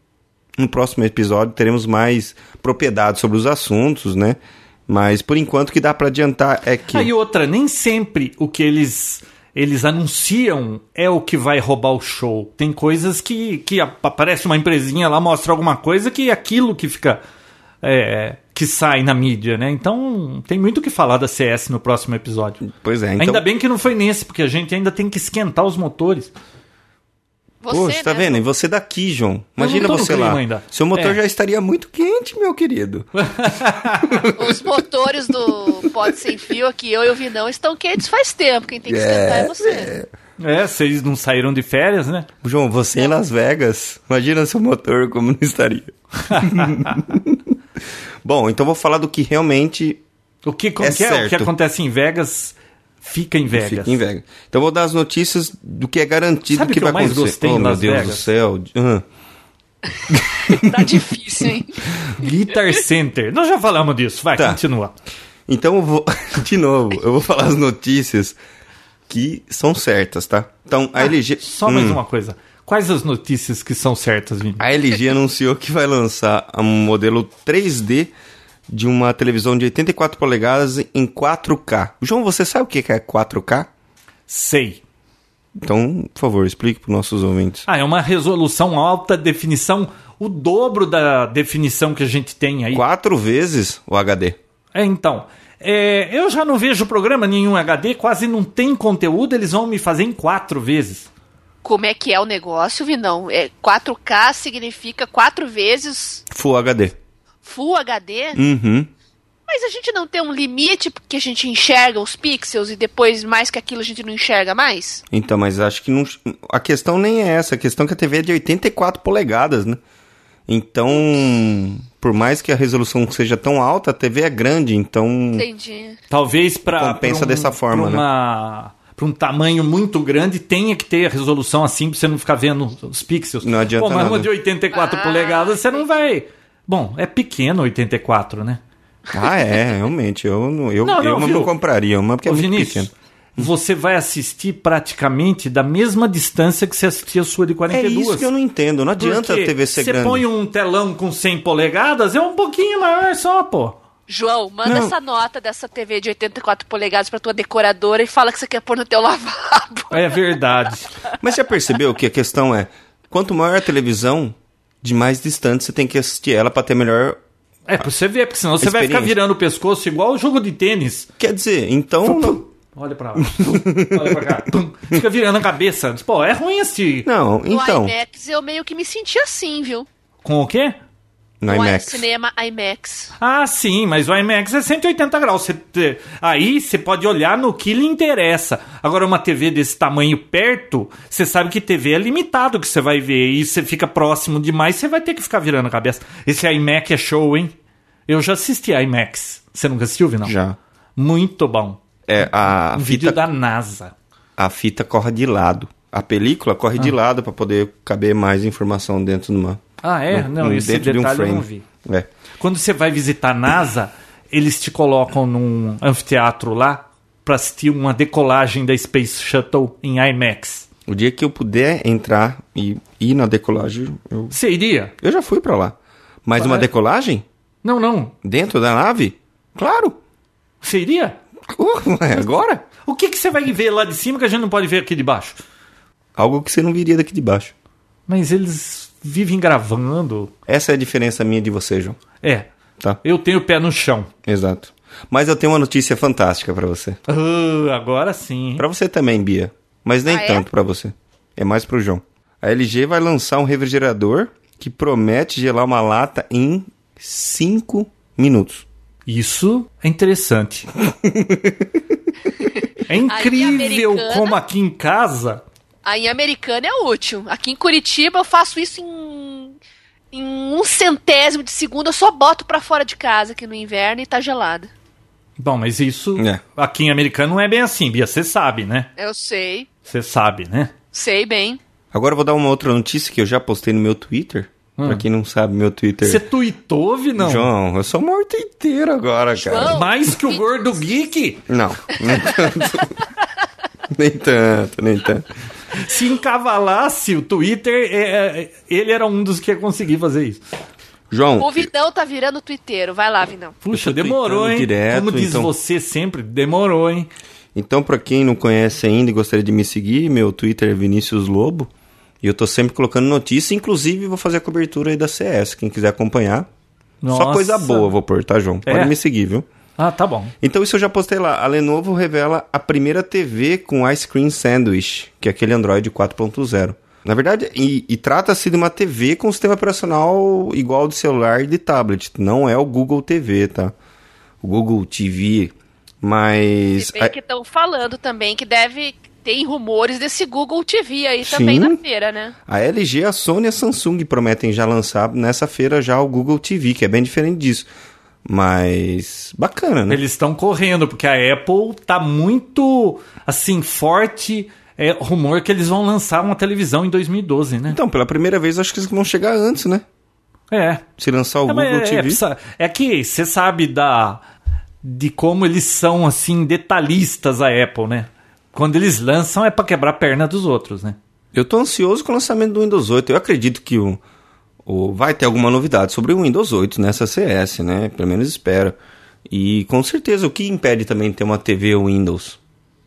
S1: No próximo episódio teremos mais propriedade sobre os assuntos, né?
S2: Tá,
S1: Mas por enquanto o que dá pra adiantar é que.
S2: Ah, e outra, nem sempre o que eles eles anunciam é o que vai roubar o show. Tem coisas que, que aparece uma empresinha lá, mostra alguma coisa que é aquilo que fica. É, que sai na mídia, né? Então tem muito o que falar da CS no próximo episódio.
S1: Pois é, então...
S2: Ainda bem que não foi nesse, porque a gente ainda tem que esquentar os motores.
S3: Você,
S1: Poxa, tá
S3: né?
S1: vendo? E você daqui, João. Imagina
S2: não tô no
S1: você
S2: clima
S1: lá.
S2: ainda.
S1: Seu motor
S2: É.
S1: já estaria muito quente, meu querido.
S3: Os motores do Pode Sem Fio aqui, eu e o Vinão, estão quentes faz tempo. Quem tem que esquentar é você.
S2: É, vocês não saíram de férias, né?
S1: João, você em Las Vegas. Imagina seu motor como não
S2: [laughs]
S1: estaria. Bom, então vou falar do que realmente
S2: O que, como
S1: É
S2: que é, o que
S1: certo.
S2: acontece em Vegas fica em Vegas.
S1: fica em Vegas. Então vou dar as notícias do que é garantido
S2: Sabe o
S1: que,
S2: que eu
S1: vai
S2: mais
S1: acontecer.
S2: gostei em
S1: oh, meu
S2: Las
S1: Deus
S2: Vegas?
S1: do céu. Aham.
S3: Tá difícil, hein?
S2: Guitar Center. Nós já falamos disso, vai,
S1: Tá.
S2: continua.
S1: Então eu vou. [laughs] De novo, eu vou falar as notícias que são certas, tá? Então a LG.
S2: Ah, Só mais
S1: Hum.
S2: uma coisa. Quais as notícias que são certas, Vini?
S1: A LG anunciou que vai lançar um modelo 3D de uma televisão de 84 polegadas em 4K. João, você sabe o que que é 4K?
S2: Sei.
S1: Então, por favor, explique para os nossos ouvintes.
S2: Ah, é uma resolução alta definição, o dobro da definição que a gente tem aí.
S1: Quatro vezes o HD.
S2: É, então. é, eu já não vejo programa nenhum HD, quase não tem conteúdo, eles vão me fazer em quatro vezes.
S3: Como é que é o negócio, Vinão? É, 4K significa quatro vezes
S1: Full HD.
S3: Full HD?
S1: Uhum.
S3: Mas a gente não tem um limite porque a gente enxerga os pixels e depois mais que aquilo a gente não enxerga mais?
S1: Então, mas acho que não. A questão nem é essa. A questão é que a TV é de 84 polegadas, né? Então, por mais que a resolução seja tão alta, a TV é grande. Então,
S3: Entendi.
S2: Talvez um, para
S1: Compensa dessa forma, né?
S2: Para um tamanho muito grande, tenha que ter a resolução assim para você não ficar vendo os pixels.
S1: Não adianta
S2: Pô, mas uma
S1: nada.
S2: de 84 polegadas, você não vai. Bom, é pequeno 84, né?
S1: ah, é, realmente. Eu não, eu,
S2: Não, não,
S1: eu uma
S2: viu?
S1: não compraria uma porque é
S2: Ô,
S1: muito Hum.
S2: Vinícius,
S1: pequena.
S2: você vai assistir praticamente da mesma distância que você assistia a sua de
S1: É
S2: 42.
S1: isso que eu não entendo. Não adianta
S2: Porque
S1: a TV ser
S2: você
S1: grande.
S2: põe um telão com 100 polegadas, é um pouquinho maior só, pô.
S3: João, manda
S1: Não.
S3: essa nota dessa TV de 84 polegadas pra tua decoradora e fala que você quer pôr no teu [laughs] lavabo.
S1: [laughs]
S2: É verdade.
S1: Mas já percebeu que a questão é: quanto maior a televisão, de mais distante você tem que assistir ela para ter melhor.
S2: É, pra você ver, porque senão você vai ficar
S1: Experiência.
S2: virando o pescoço igual o jogo de tênis.
S1: Quer dizer, então. não-
S2: Olha pra lá. Tum, Olha
S1: [laughs]
S2: pra cá. Tum. Fica virando a cabeça. Pô, é ruim assistir.
S1: Não, então.
S3: No IMAX eu meio que me senti assim, viu?
S2: Com o quê?
S1: No
S3: No
S1: IMAX.
S3: cinema IMAX.
S2: Ah, sim, mas o IMAX é 180 graus. Você te- Aí você pode olhar no que lhe interessa. Agora, uma TV desse tamanho perto, você sabe que TV é limitado o que você vai ver. E você fica próximo demais, você vai ter que ficar virando a cabeça. Esse IMAX é show, hein? Eu já assisti a IMAX. Você nunca assistiu, Vinão?
S1: Já.
S2: Muito bom.
S1: É, a,
S2: Um vídeo
S1: fita,
S2: da NASA.
S1: a fita corre de lado. A película corre de lado para poder caber mais informação dentro de uma.
S2: Ah, é? Não,
S1: num-
S2: esse
S1: dentro de um
S2: detalhe eu não
S1: frame.
S2: vi.
S1: É.
S2: Quando você vai visitar a NASA, eles te colocam num anfiteatro lá pra assistir uma decolagem da Space Shuttle em IMAX.
S1: O dia que eu puder entrar e ir na decolagem, eu,
S2: Você iria?
S1: eu já fui para lá. Mas uma
S2: Vai.
S1: decolagem?
S2: Não, não.
S1: Dentro da nave? Claro!
S2: Você iria?
S1: Uh, [laughs] ué, agora?
S2: O que, que você vai ver lá de cima que a gente não pode ver aqui de baixo?
S1: Algo que você não viria daqui de baixo.
S2: Mas eles vivem gravando.
S1: Essa é a diferença minha de você, João.
S2: É,
S1: Tá?
S2: eu tenho o pé no chão.
S1: Exato. Mas eu tenho uma notícia fantástica pra você.
S2: Ah, agora sim.
S1: Pra você também, Bia. Mas nem
S3: Ah, é?
S1: tanto pra você. É mais pro João. A LG vai lançar um refrigerador que promete gelar uma lata em 5 minutos.
S2: Isso é interessante. é incrível
S3: americana-
S2: como aqui em casa
S3: Aí em americana é útil. Aqui em Curitiba eu faço isso em, em um centésimo de segundo. Eu só boto pra fora de casa aqui no inverno e tá gelada.
S2: Bom, mas isso
S1: É.
S2: aqui em americano não é bem assim, Bia. Você sabe, né?
S3: Eu sei,
S2: Você sabe, né?
S3: sei bem.
S1: Agora eu vou dar uma outra notícia que eu já postei no meu Twitter. Pra quem não sabe, meu Twitter.
S2: Você tuitou, Vinão?
S1: João, eu sou morto inteiro agora, cara.
S3: João?
S2: Mais que o Gordo Geek
S1: Não, nem tanto. [laughs] nem tanto, nem tanto.
S2: se encavalasse o Twitter, é, é, ele era um dos que ia conseguir fazer isso.
S1: João,
S3: O Vidão tá virando twitteiro. Vai lá, Vidão.
S2: Puxa,
S1: Eu tô
S2: demorou,
S1: tuitando
S2: hein?
S1: direto,
S2: Como diz
S1: então-
S2: você sempre, demorou, hein?
S1: Então, para quem não conhece ainda e gostaria de me seguir, meu Twitter é Vinícius Lobo. E eu tô sempre colocando notícia, inclusive vou fazer a cobertura aí da CS, quem quiser acompanhar. Só
S2: Nossa.
S1: coisa boa eu vou pôr, tá, João? Pode
S2: É?
S1: me seguir, viu?
S2: Ah, tá bom.
S1: Então isso eu já postei lá. A Lenovo revela a primeira TV com Ice Cream Sandwich, que é aquele Android 4.0. Na verdade, e, e trata-se de uma TV com sistema operacional igual ao de celular e de tablet. Não é o Google TV, tá? O Google TV. Mas.
S3: Se
S1: é-
S3: bem que estão falando também que deve. Tem rumores desse Google TV aí também
S1: Sim.
S3: na feira, né?
S1: A LG, a Sony e a Samsung prometem já lançar nessa feira já o Google TV, que é bem diferente disso. Mas bacana, né?
S2: Eles estão correndo, porque a Apple tá muito, assim, forte. É rumor que eles vão lançar uma televisão em 2012, né?
S1: Então, pela primeira vez, acho que eles vão chegar antes, né?
S2: É.
S1: Se lançar o
S2: É,
S1: Google
S2: mas é, é,
S1: TV.
S2: precisa- é que você sabe da de como eles são assim detalhistas a Apple, né? Quando eles lançam é pra quebrar a perna dos outros, né?
S1: Eu tô ansioso com o lançamento do Windows 8. Eu acredito que o, o- vai ter alguma novidade sobre o Windows 8 nessa CS, né? Pelo menos espero. E com certeza, o que impede também de ter uma TV Windows?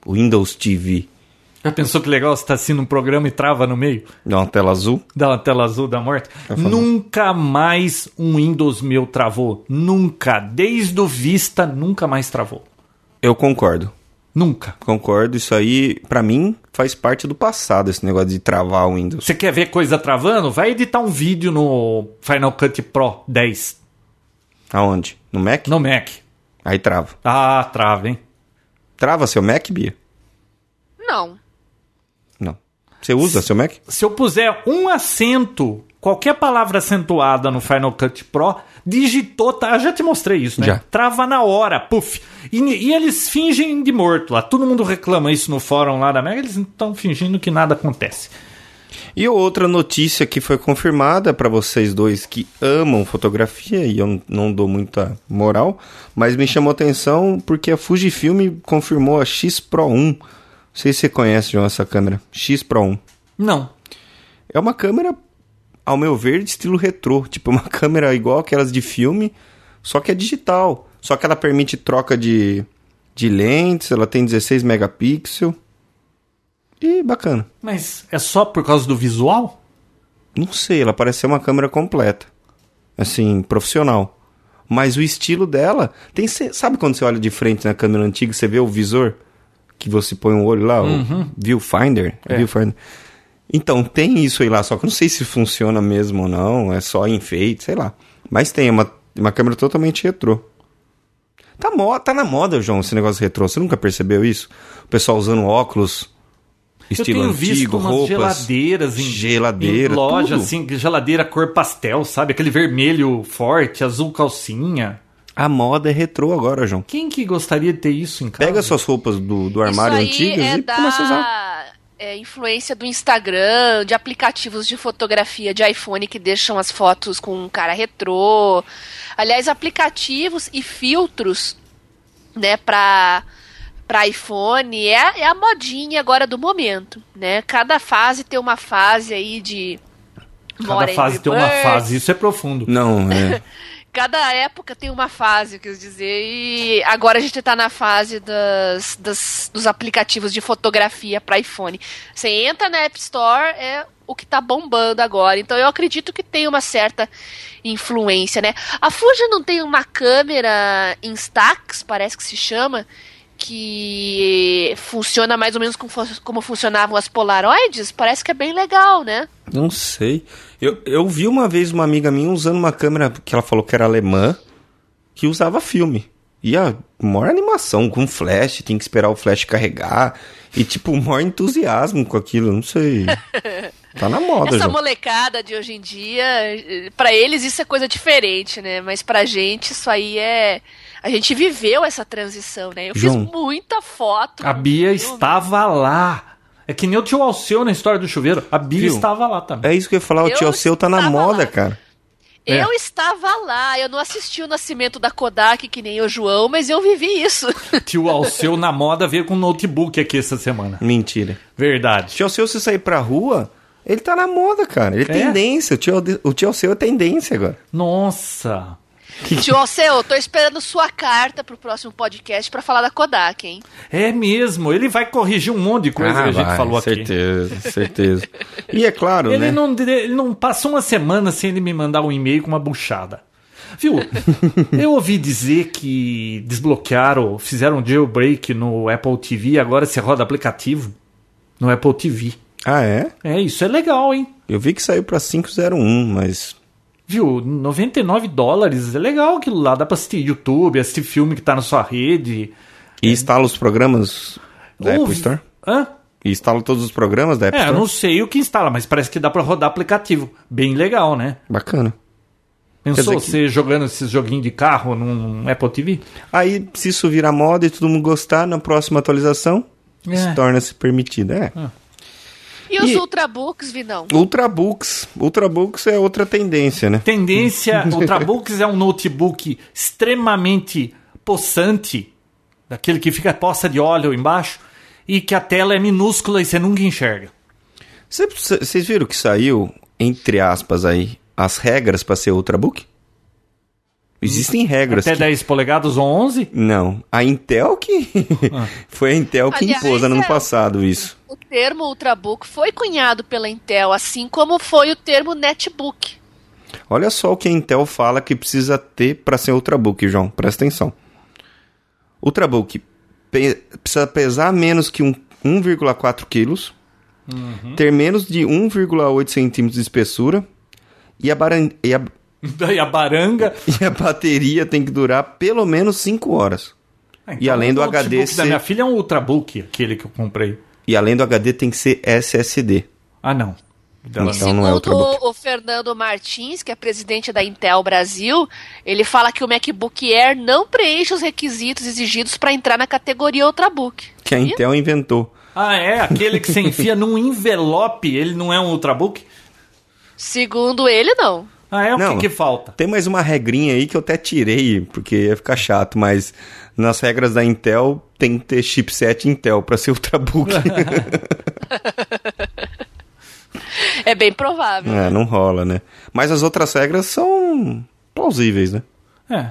S1: Windows TV.
S2: Já pensou que legal você tá assistindo um programa e trava no meio?
S1: Dá uma tela azul?
S2: Dá uma tela azul da morte?
S1: Tá
S2: Nunca mais um Windows meu travou. Nunca. Desde o Vista, nunca mais travou.
S1: Eu concordo.
S2: Nunca.
S1: Concordo. Isso aí, pra mim, faz parte do passado, esse negócio de travar o Windows.
S2: Você quer ver coisa travando? Vai editar um vídeo no Final Cut Pro 10,
S1: Aonde? No Mac?
S2: no Mac.
S1: Aí trava.
S2: Ah, trava, hein?
S1: Trava seu Mac, Bia?
S3: Não.
S1: Não. Você usa seu Mac?
S2: Se eu puser um acento, qualquer palavra acentuada no Final Cut Pro, digitou, tá? Eu já te mostrei isso, né?
S1: Já.
S2: Trava na hora, puf. E, e eles fingem de morto lá. Todo mundo reclama isso no fórum lá da Mega, eles estão fingindo que nada acontece.
S1: E outra notícia que foi confirmada para vocês dois que amam fotografia e eu n- não dou muita moral, mas me chamou atenção porque a Fujifilm confirmou a X Pro 1. Não sei se você conhece, João, essa câmera. X Pro 1.
S2: Não.
S1: É uma câmera, ao meu ver, de estilo retrô. [laughs] Tipo, uma câmera igual aquelas de filme, só que é digital. Só que ela permite troca de, de lentes, ela tem 16 megapixels. E bacana.
S2: Mas é só por causa do visual?
S1: Não sei, ela parece ser uma câmera completa. Assim, profissional. Mas o estilo dela. tem cê- Sabe quando você olha de frente na câmera antiga e você vê o visor? Que você põe um olho lá,
S2: Uhum.
S1: o viewfinder? É viewfinder. Então, tem isso aí lá, só que eu não sei se funciona mesmo ou não, é só enfeite, sei lá. Mas tem, é uma, uma câmera totalmente retrô. Tá, mo tá na moda, João, esse negócio retrô. Você nunca percebeu isso? O pessoal usando óculos, estilo
S2: eu tenho
S1: antigo,
S2: visto umas
S1: roupas.
S2: geladeiras em,
S1: geladeira,
S2: em loja,
S1: tudo.
S2: assim, geladeira cor pastel, sabe? Aquele vermelho forte, azul calcinha.
S1: A moda é retrô agora, João.
S2: Quem que gostaria de ter isso em casa?
S1: Pega suas roupas do, do armário
S3: Isso aí
S1: antigas
S3: é
S1: e
S3: da
S1: começa a usar.
S3: é, influência do Instagram, de aplicativos de fotografia de iPhone que deixam as fotos com um cara retrô. Aliás, aplicativos e filtros, né, pra, pra iPhone é, a- é a modinha agora do momento, né? Cada fase tem uma fase aí de...
S2: Cada
S3: Modern
S2: fase tem uma
S3: Reverse,
S2: fase, isso é profundo.
S1: Não,
S3: [laughs]
S1: é.
S3: Cada época tem uma fase, eu quis dizer. E agora a gente tá na fase das, das- dos aplicativos de fotografia para iPhone. Você entra na App Store, é o que tá bombando agora. Então eu acredito que tem uma certa influência, né? A Fuji não tem uma câmera Instax, parece que se chama, que funciona mais ou menos como, fo- como funcionavam as Polaroids? Parece que é bem legal, né?
S1: não sei. Eu, eu vi uma vez uma amiga minha usando uma câmera que ela falou que era alemã, que usava filme. E a maior animação, com flash, tem que esperar o flash carregar. E, tipo, o maior entusiasmo com aquilo, não
S3: [laughs]
S1: sei. Tá na moda,
S3: Essa
S1: João.
S3: molecada de hoje em dia, eh, pra eles isso é coisa diferente, né? Mas pra gente isso aí é. A gente viveu essa transição, né? Eu
S1: João. Ah,
S3: fiz muita foto.
S2: A Bia
S3: Eu-
S2: estava lá. É que nem o tio Alceu na história do chuveiro. A Bia
S1: Viu?
S2: estava lá também.
S1: É isso que eu ia falar, o
S3: Eu
S1: tio seu tá na
S3: estava
S1: moda,
S3: lá.
S1: cara. é.
S3: Eu estava lá, eu não assisti o nascimento da Kodak, que nem o João, mas eu
S1: [laughs]
S3: vivi isso.
S1: É.
S2: Tio Alceu na moda veio com um notebook aqui essa semana.
S1: Mentira.
S2: Verdade.
S1: Tio Alceu, se sair pra rua, ele tá na moda, cara. Ele é,
S2: É?
S1: tendência. O tio, o tio Alceu é tendência agora.
S2: Nossa.
S3: Tio seu, tô esperando sua carta pro próximo podcast pra falar da Kodak, hein?
S2: É mesmo, ele vai corrigir um monte de coisa que a gente
S1: Ah, vai,
S2: falou aqui.
S1: certeza, certeza. E é claro, né?
S2: Ele não, ele não passou uma semana sem ele me mandar um e-mail com uma buchada.
S1: [laughs]
S2: Viu? Eu ouvi dizer que desbloquearam, fizeram um jailbreak no Apple TV, agora você roda aplicativo no Apple TV.
S1: Ah, é?
S2: É, isso é legal, hein?
S1: Eu vi que saiu pra 501, mas.
S2: Viu, 99 dólares, é legal aquilo lá, dá pra assistir YouTube, assistir filme que tá na sua rede.
S1: E instala os programas da
S2: Ou-
S1: É, Apple Store?
S2: Hã?
S1: E instala todos os programas da Apple
S2: É, eu
S1: Store?
S2: não sei o que instala, mas parece que dá pra rodar aplicativo. Bem legal, né?
S1: Bacana. dizer
S2: Pensou
S1: que-
S2: você jogando esses joguinhos de carro num Apple TV?
S1: Aí, se isso virar moda e todo mundo gostar, na próxima atualização,
S2: É. Ah.
S1: se torna-se permitida. É.
S3: E os
S1: E-
S3: Ultrabooks, Vinão?
S1: Ultrabooks. Ultrabooks é outra tendência, né? [laughs]
S2: Tendência, o Trabooks é um notebook extremamente possante, daquele que fica poça de óleo embaixo, e que a tela é minúscula e você nunca enxerga.
S1: Cê- cê- Vocês viram que saiu, entre aspas, aí, as regras pra ser Ultrabook? Existem regras.
S2: Até
S1: que-
S2: 10 polegadas ou 11,
S1: Não, a Intel que. Foi a Intel que
S3: Aliás,
S1: impôs ano
S3: é.
S1: passado isso.
S3: O termo Ultrabook foi cunhado pela Intel, assim como foi o termo Netbook.
S1: Olha só o que a Intel fala que precisa ter para ser Ultrabook, João. Presta atenção. Ultrabook pe- precisa pesar menos que um- 1,4 quilos, ter menos de 1,8 centímetros de espessura e a, baran- e, a,
S2: [laughs] daí a baranga.
S1: e a bateria tem que durar pelo menos 5 horas.
S2: Ah,
S1: E além do
S2: o notebook
S1: HD
S2: da
S1: ser-
S2: minha filha é um Ultrabook, aquele que eu comprei.
S1: E além do HD tem que ser SSD.
S2: Ah, não. Dela
S1: Então
S3: Segundo
S1: não é Ultrabook.
S3: o Fernando Martins, que é presidente da Intel Brasil, ele fala que o MacBook Air não preenche os requisitos exigidos para entrar na categoria Ultrabook.
S1: Que a Intel inventou.
S2: Ah, é?
S1: [laughs]
S2: Aquele que você enfia num envelope, ele não é um Ultrabook?
S3: Segundo ele, não.
S2: Ah, é? O
S1: Não.
S2: que, que falta?
S1: Tem mais uma regrinha aí que eu até tirei, porque ia ficar chato, mas nas regras da Intel tem que ter chipset Intel para ser Ultrabook.
S3: É bem provável.
S1: é, não rola, né? Mas as outras regras são plausíveis, né?
S2: É.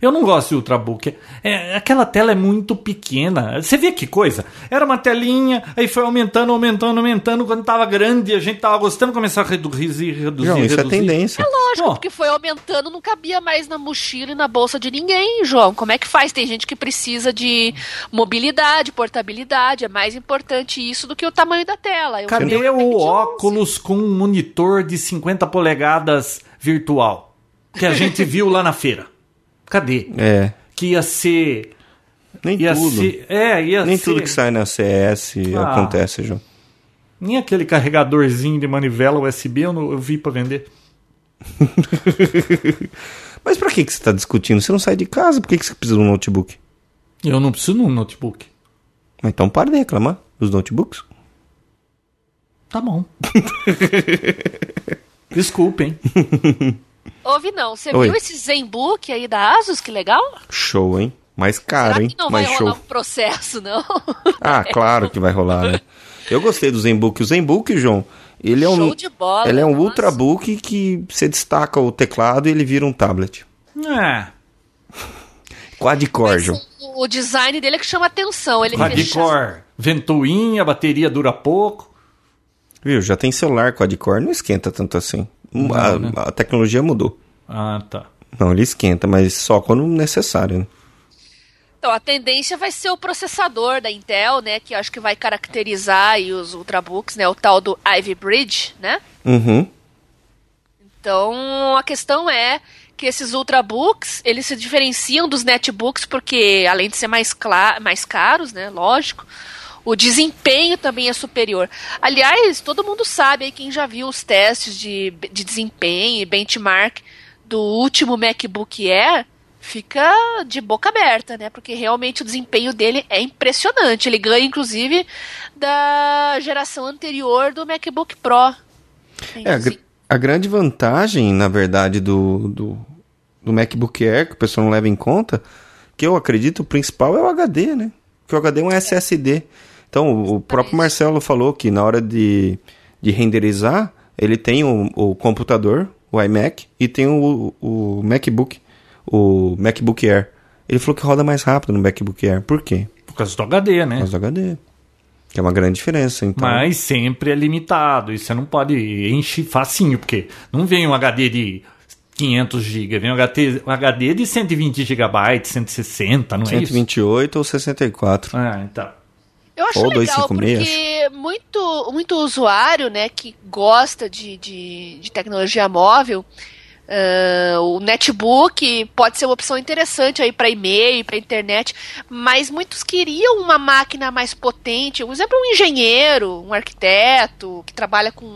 S2: Eu não gosto de Ultrabook. É, aquela tela é muito pequena. Você vê que coisa? Era uma telinha, aí foi aumentando, aumentando, aumentando. Quando tava grande, a gente tava gostando, começou a reduzir, reduzir,
S1: João, isso é
S2: reduzir.
S1: tendência.
S2: Ó,
S3: Lógico, porque foi aumentando, não cabia mais na mochila e na bolsa de ninguém, João. Como é que faz? Tem gente que precisa de mobilidade, portabilidade. É mais importante isso do que o tamanho da tela. Eu tenho
S2: Cadê
S3: um iPad
S2: o
S3: 11.
S2: óculos com um monitor de 50 polegadas virtual? Que a gente viu lá na feira. Cadê?
S1: É.
S2: Que ia ser.
S1: Nem
S2: Ia
S1: tudo.
S2: ser. É, ia
S1: Nem
S2: ser.
S1: tudo que sai na CS
S2: Ah.
S1: acontece, João.
S2: Nem aquele carregadorzinho de manivela USB eu, não, eu vi pra vender.
S1: Mas pra que, que você tá discutindo? Você não sai de casa, por que, que você precisa de um notebook?
S2: Eu não preciso de um notebook.
S1: Ah, Então para de reclamar dos notebooks. [laughs]
S2: Tá bom. Desculpem.
S3: Ouve não, você
S1: Oi.
S3: viu esse Zenbook aí da Asus? Que legal.
S1: Show, hein? Mais caro,
S3: Será
S1: hein?
S3: que não
S1: Mais
S3: vai
S1: show.
S3: rolar um processo, não? [laughs]
S1: Ah, claro que vai rolar, né? Eu gostei do Zenbook. O Zenbook, João, ele é um.
S3: Show de bola,
S1: Ele é um
S3: nossa.
S1: ultrabook que você destaca o teclado e ele vira um tablet.
S2: É.
S1: Quad-core, João.
S3: O, o design dele é que chama atenção. Ele fecha-
S2: Radicor. Ventoinha, bateria dura pouco.
S1: Viu? Já tem celular quad-core, não esquenta tanto assim. a, a tecnologia mudou.
S2: Ah, tá.
S1: Não, ele esquenta, mas só quando necessário, né?
S3: Então, a tendência vai ser o processador da Intel, né? Que eu acho que vai caracterizar aí os ultrabooks, né? O tal do Ivy Bridge, né?
S1: Uhum.
S3: Então, a questão é que esses ultrabooks, eles se diferenciam dos netbooks porque, além de ser mais, cla- mais caros, né, lógico, o desempenho também é superior. Aliás, todo mundo sabe, aí, quem já viu os testes de, de desempenho e benchmark do último MacBook Air, fica de boca aberta, né, porque realmente o desempenho dele é impressionante. Ele ganha, inclusive, da geração anterior do MacBook Pro.
S1: É, a, gr- a grande vantagem, na verdade, do, do, do MacBook Air, que o pessoal não leva em conta, que eu acredito o principal é o HD, né? Porque o HD é um SSD. Então, o, o próprio Marcelo falou que na hora de, de renderizar, ele tem o, o computador o iMac, e tem o, o MacBook, o MacBook Air. Ele falou que roda mais rápido no MacBook Air. Por quê?
S2: Por causa do HD, né?
S1: Por causa do HD. Que é uma grande diferença, então.
S2: Mas sempre é limitado. E você não pode encher facinho, porque não vem um HD de 500 GB, vem um HD, um HD de 120 GB, 160, não é isso?
S1: 128 ou 64.
S2: Ah, então.
S3: Eu acho
S1: Ou
S3: legal
S1: 256.
S3: porque muito, muito usuário né, que gosta de, de, de tecnologia móvel, ah, o netbook pode ser uma opção interessante aí para e-mail, para internet, mas muitos queriam uma máquina mais potente. Por exemplo, um engenheiro, um arquiteto que trabalha com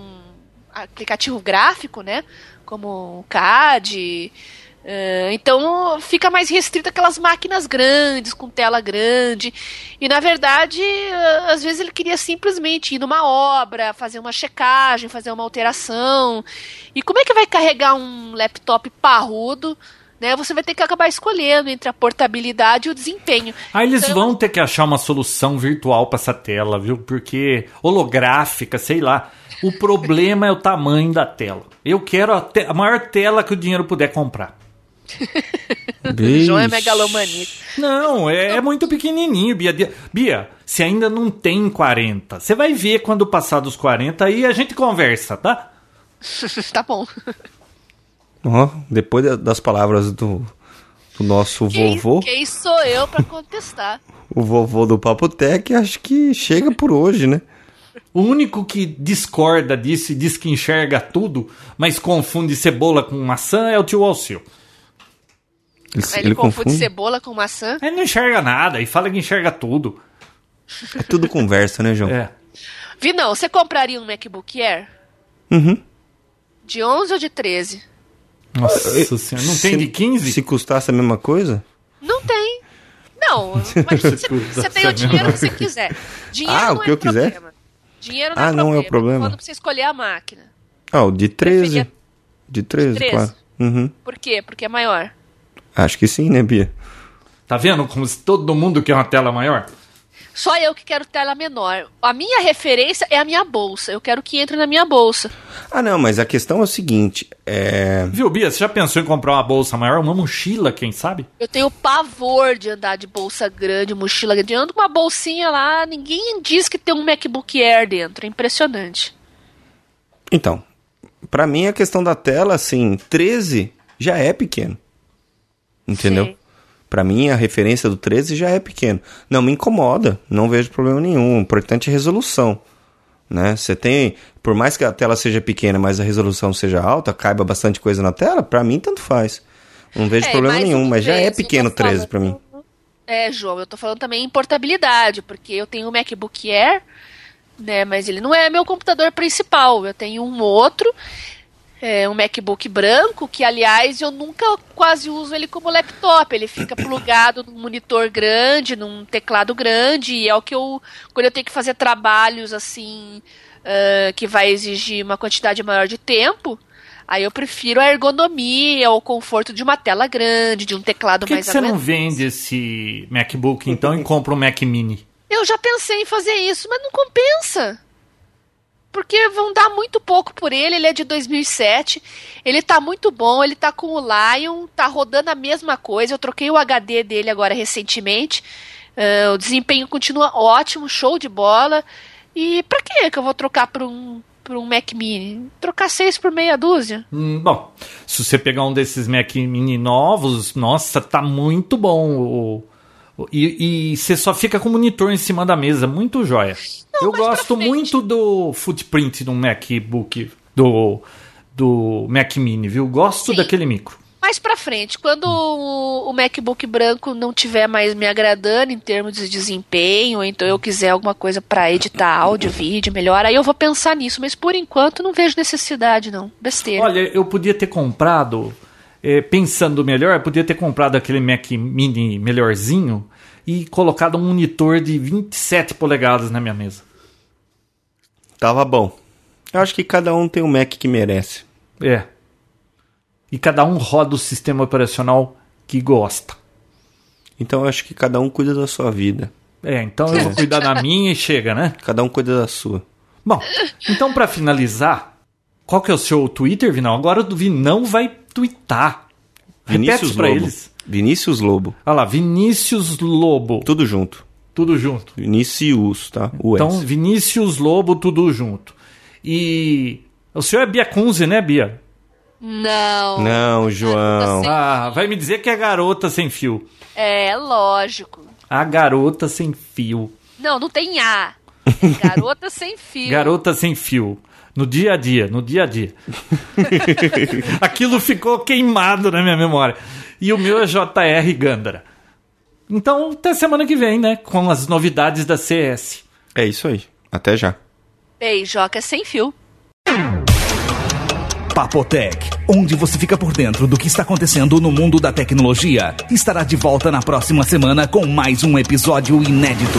S3: aplicativo gráfico, né? Como o CAD. Ah, então fica mais restrito aquelas máquinas grandes, com tela grande. E na verdade, ah, às vezes ele queria simplesmente ir numa obra, fazer uma checagem, fazer uma alteração. E como é que vai carregar um laptop parrudo? Né? Você vai ter que acabar escolhendo entre a portabilidade e o desempenho.
S2: Aí eles
S3: Então-
S2: vão ter que achar uma solução virtual para essa tela, viu? Porque holográfica, sei lá. O problema é o tamanho da tela. Eu quero a, te- a maior tela que o dinheiro puder comprar.
S1: Bicho.
S3: João é megalomaníaco.
S2: Não, é, é muito pequenininho, Bia. Dia- Bia, você ainda não tem 40. Você vai ver quando passar dos 40 aí a gente conversa, tá?
S3: [laughs] tá bom.
S1: Ó, depois da- das palavras do, do nosso
S3: Quem,
S1: vovô,
S3: quem sou eu pra contestar?
S1: o vovô do Papo Tech, acho que chega por hoje, né?
S2: O único que discorda disso e diz que enxerga tudo, mas confunde cebola com maçã é o tio Alceu.
S1: Ele,
S3: Ele,
S1: ele
S3: confunde,
S1: confunde,
S3: cebola com maçã.
S2: Ele não enxerga nada e fala que enxerga tudo.
S1: é tudo conversa, né, João?
S2: É.
S3: Vi não, você compraria um MacBook Air?
S1: Uhum.
S3: De 11 ou de 13?
S2: Nossa senhora, não tem
S1: Se-
S2: de 15?
S1: Se custasse a mesma coisa?
S3: Não tem.
S1: [laughs]
S3: Não, imagina, você, você tem o dinheiro que você quiser. Dinheiro
S1: é Ah, o
S3: não
S1: que
S3: é
S1: eu quiser?
S3: problema. Dinheiro
S1: Ah, não é o problema.
S3: Quando você escolher a máquina.
S1: Ah, o de 13.
S3: Preferia-
S1: De 13,
S3: 13.
S1: claro. Uhum.
S3: Por quê? Porque é maior.
S1: Acho que sim, né, Bia?
S2: Tá vendo como se todo mundo quer uma tela maior?
S3: Só eu que quero tela menor. A minha referência é a minha bolsa. Eu quero que entre na minha bolsa.
S1: Ah, não, mas a questão é o seguinte: é.
S2: Viu, Bia? Você já pensou em comprar uma bolsa maior, uma mochila, quem sabe?
S3: Eu tenho pavor de andar de bolsa grande, mochila grande. Eu ando com uma bolsinha lá, ninguém diz que tem um MacBook Air dentro. É impressionante.
S1: Então, pra mim a questão da tela, assim, 13 já é pequeno. Entendeu?
S3: Sim.
S1: Pra mim a referência do 13 já é pequeno. Não me incomoda, não vejo problema nenhum. O importante é resolução. Né? Você tem, por mais que a tela seja pequena, mas a resolução seja alta, caiba bastante coisa na tela, pra mim tanto faz. Não vejo
S3: É,
S1: problema
S3: mais
S1: nenhum,
S3: um
S1: mas já é
S3: 13,
S1: pequeno
S3: eu tô
S1: 13 pra mim.
S3: falando. É, João, eu tô falando também em portabilidade, porque eu tenho o MacBook Air, né, mas ele não é meu computador principal. Eu tenho um outro, é, um MacBook branco, que aliás eu nunca quase uso ele como laptop. Ele
S2: [coughs]
S3: fica plugado num monitor grande, num teclado grande, e é o que eu. Quando eu tenho que fazer trabalhos assim, ah, que vai exigir uma quantidade maior de tempo. Aí eu prefiro a ergonomia, o conforto de uma tela grande, de um
S2: Por
S3: teclado
S2: que, que
S3: mais
S2: você não
S3: aguentado.
S2: vende esse MacBook
S1: [laughs]
S2: então e compra um Mac Mini?
S3: Eu já pensei em fazer isso, mas não compensa. Porque vão dar muito pouco por ele, ele é de 2007, ele tá muito bom, ele tá com o Lion, tá rodando a mesma coisa, eu troquei o HD dele agora recentemente, ah, o desempenho continua ótimo, show de bola, e pra que que eu vou trocar por um, por um Mac Mini? Trocar seis por meia dúzia?
S2: Hum, bom, se você pegar um desses Mac Mini novos, nossa, tá muito bom. o- o- e, e você só fica com o monitor em cima da mesa, muito joia. Eu
S3: mas pra
S2: gosto
S3: frente.
S2: muito do footprint do MacBook, do, do Mac Mini, viu? Gosto
S3: Sim.
S2: daquele micro.
S3: Mais pra frente, quando o, o MacBook branco não tiver mais me agradando em termos de desempenho, ou então eu quiser alguma coisa pra editar áudio, vídeo, melhor, aí eu vou pensar nisso, mas por enquanto não vejo necessidade não, besteira.
S2: Olha, eu podia ter comprado, eh, pensando melhor, eu podia ter comprado aquele Mac Mini melhorzinho e colocado um monitor de 27 polegadas na minha mesa.
S1: Tava bom. Eu acho que cada um tem um Mac que merece.
S2: É. E cada um roda o sistema operacional que gosta.
S1: Então eu acho que cada um cuida da sua vida.
S2: É, então eu vou cuidar da minha e chega, né?
S1: Cada um cuida da sua.
S2: Bom, então para finalizar, Qual que é o seu Twitter, Vinão? Agora o Vinão vai twittar. Repete
S1: Vinícius
S2: pra
S1: Lobo.
S2: eles.
S1: Vinícius Lobo.
S2: Olha lá, Vinícius Lobo.
S1: Tudo junto.
S2: Tudo junto.
S1: Vinícius, tá? O
S2: Então,
S1: S.
S2: Vinícius Lobo, tudo junto. E o senhor é Bia Kunze, né, Bia?
S3: Não.
S2: Né?
S1: Não, João.
S2: Ah, vai me dizer que é a garota sem fio.
S3: É, lógico.
S2: A garota sem fio.
S3: Não, não tem
S2: [laughs]
S3: A. É garota sem fio.
S2: Garota sem fio. No dia a dia, no dia a dia. Aquilo ficou queimado na minha memória. E o meu é JR Gandara. Então, até semana que vem, né? Com as novidades da CS.
S1: É isso aí. Até já.
S3: Beijoca sem fio.
S4: Papotec, onde você fica por dentro do que está acontecendo no mundo da tecnologia, estará de volta na próxima semana com mais um episódio inédito.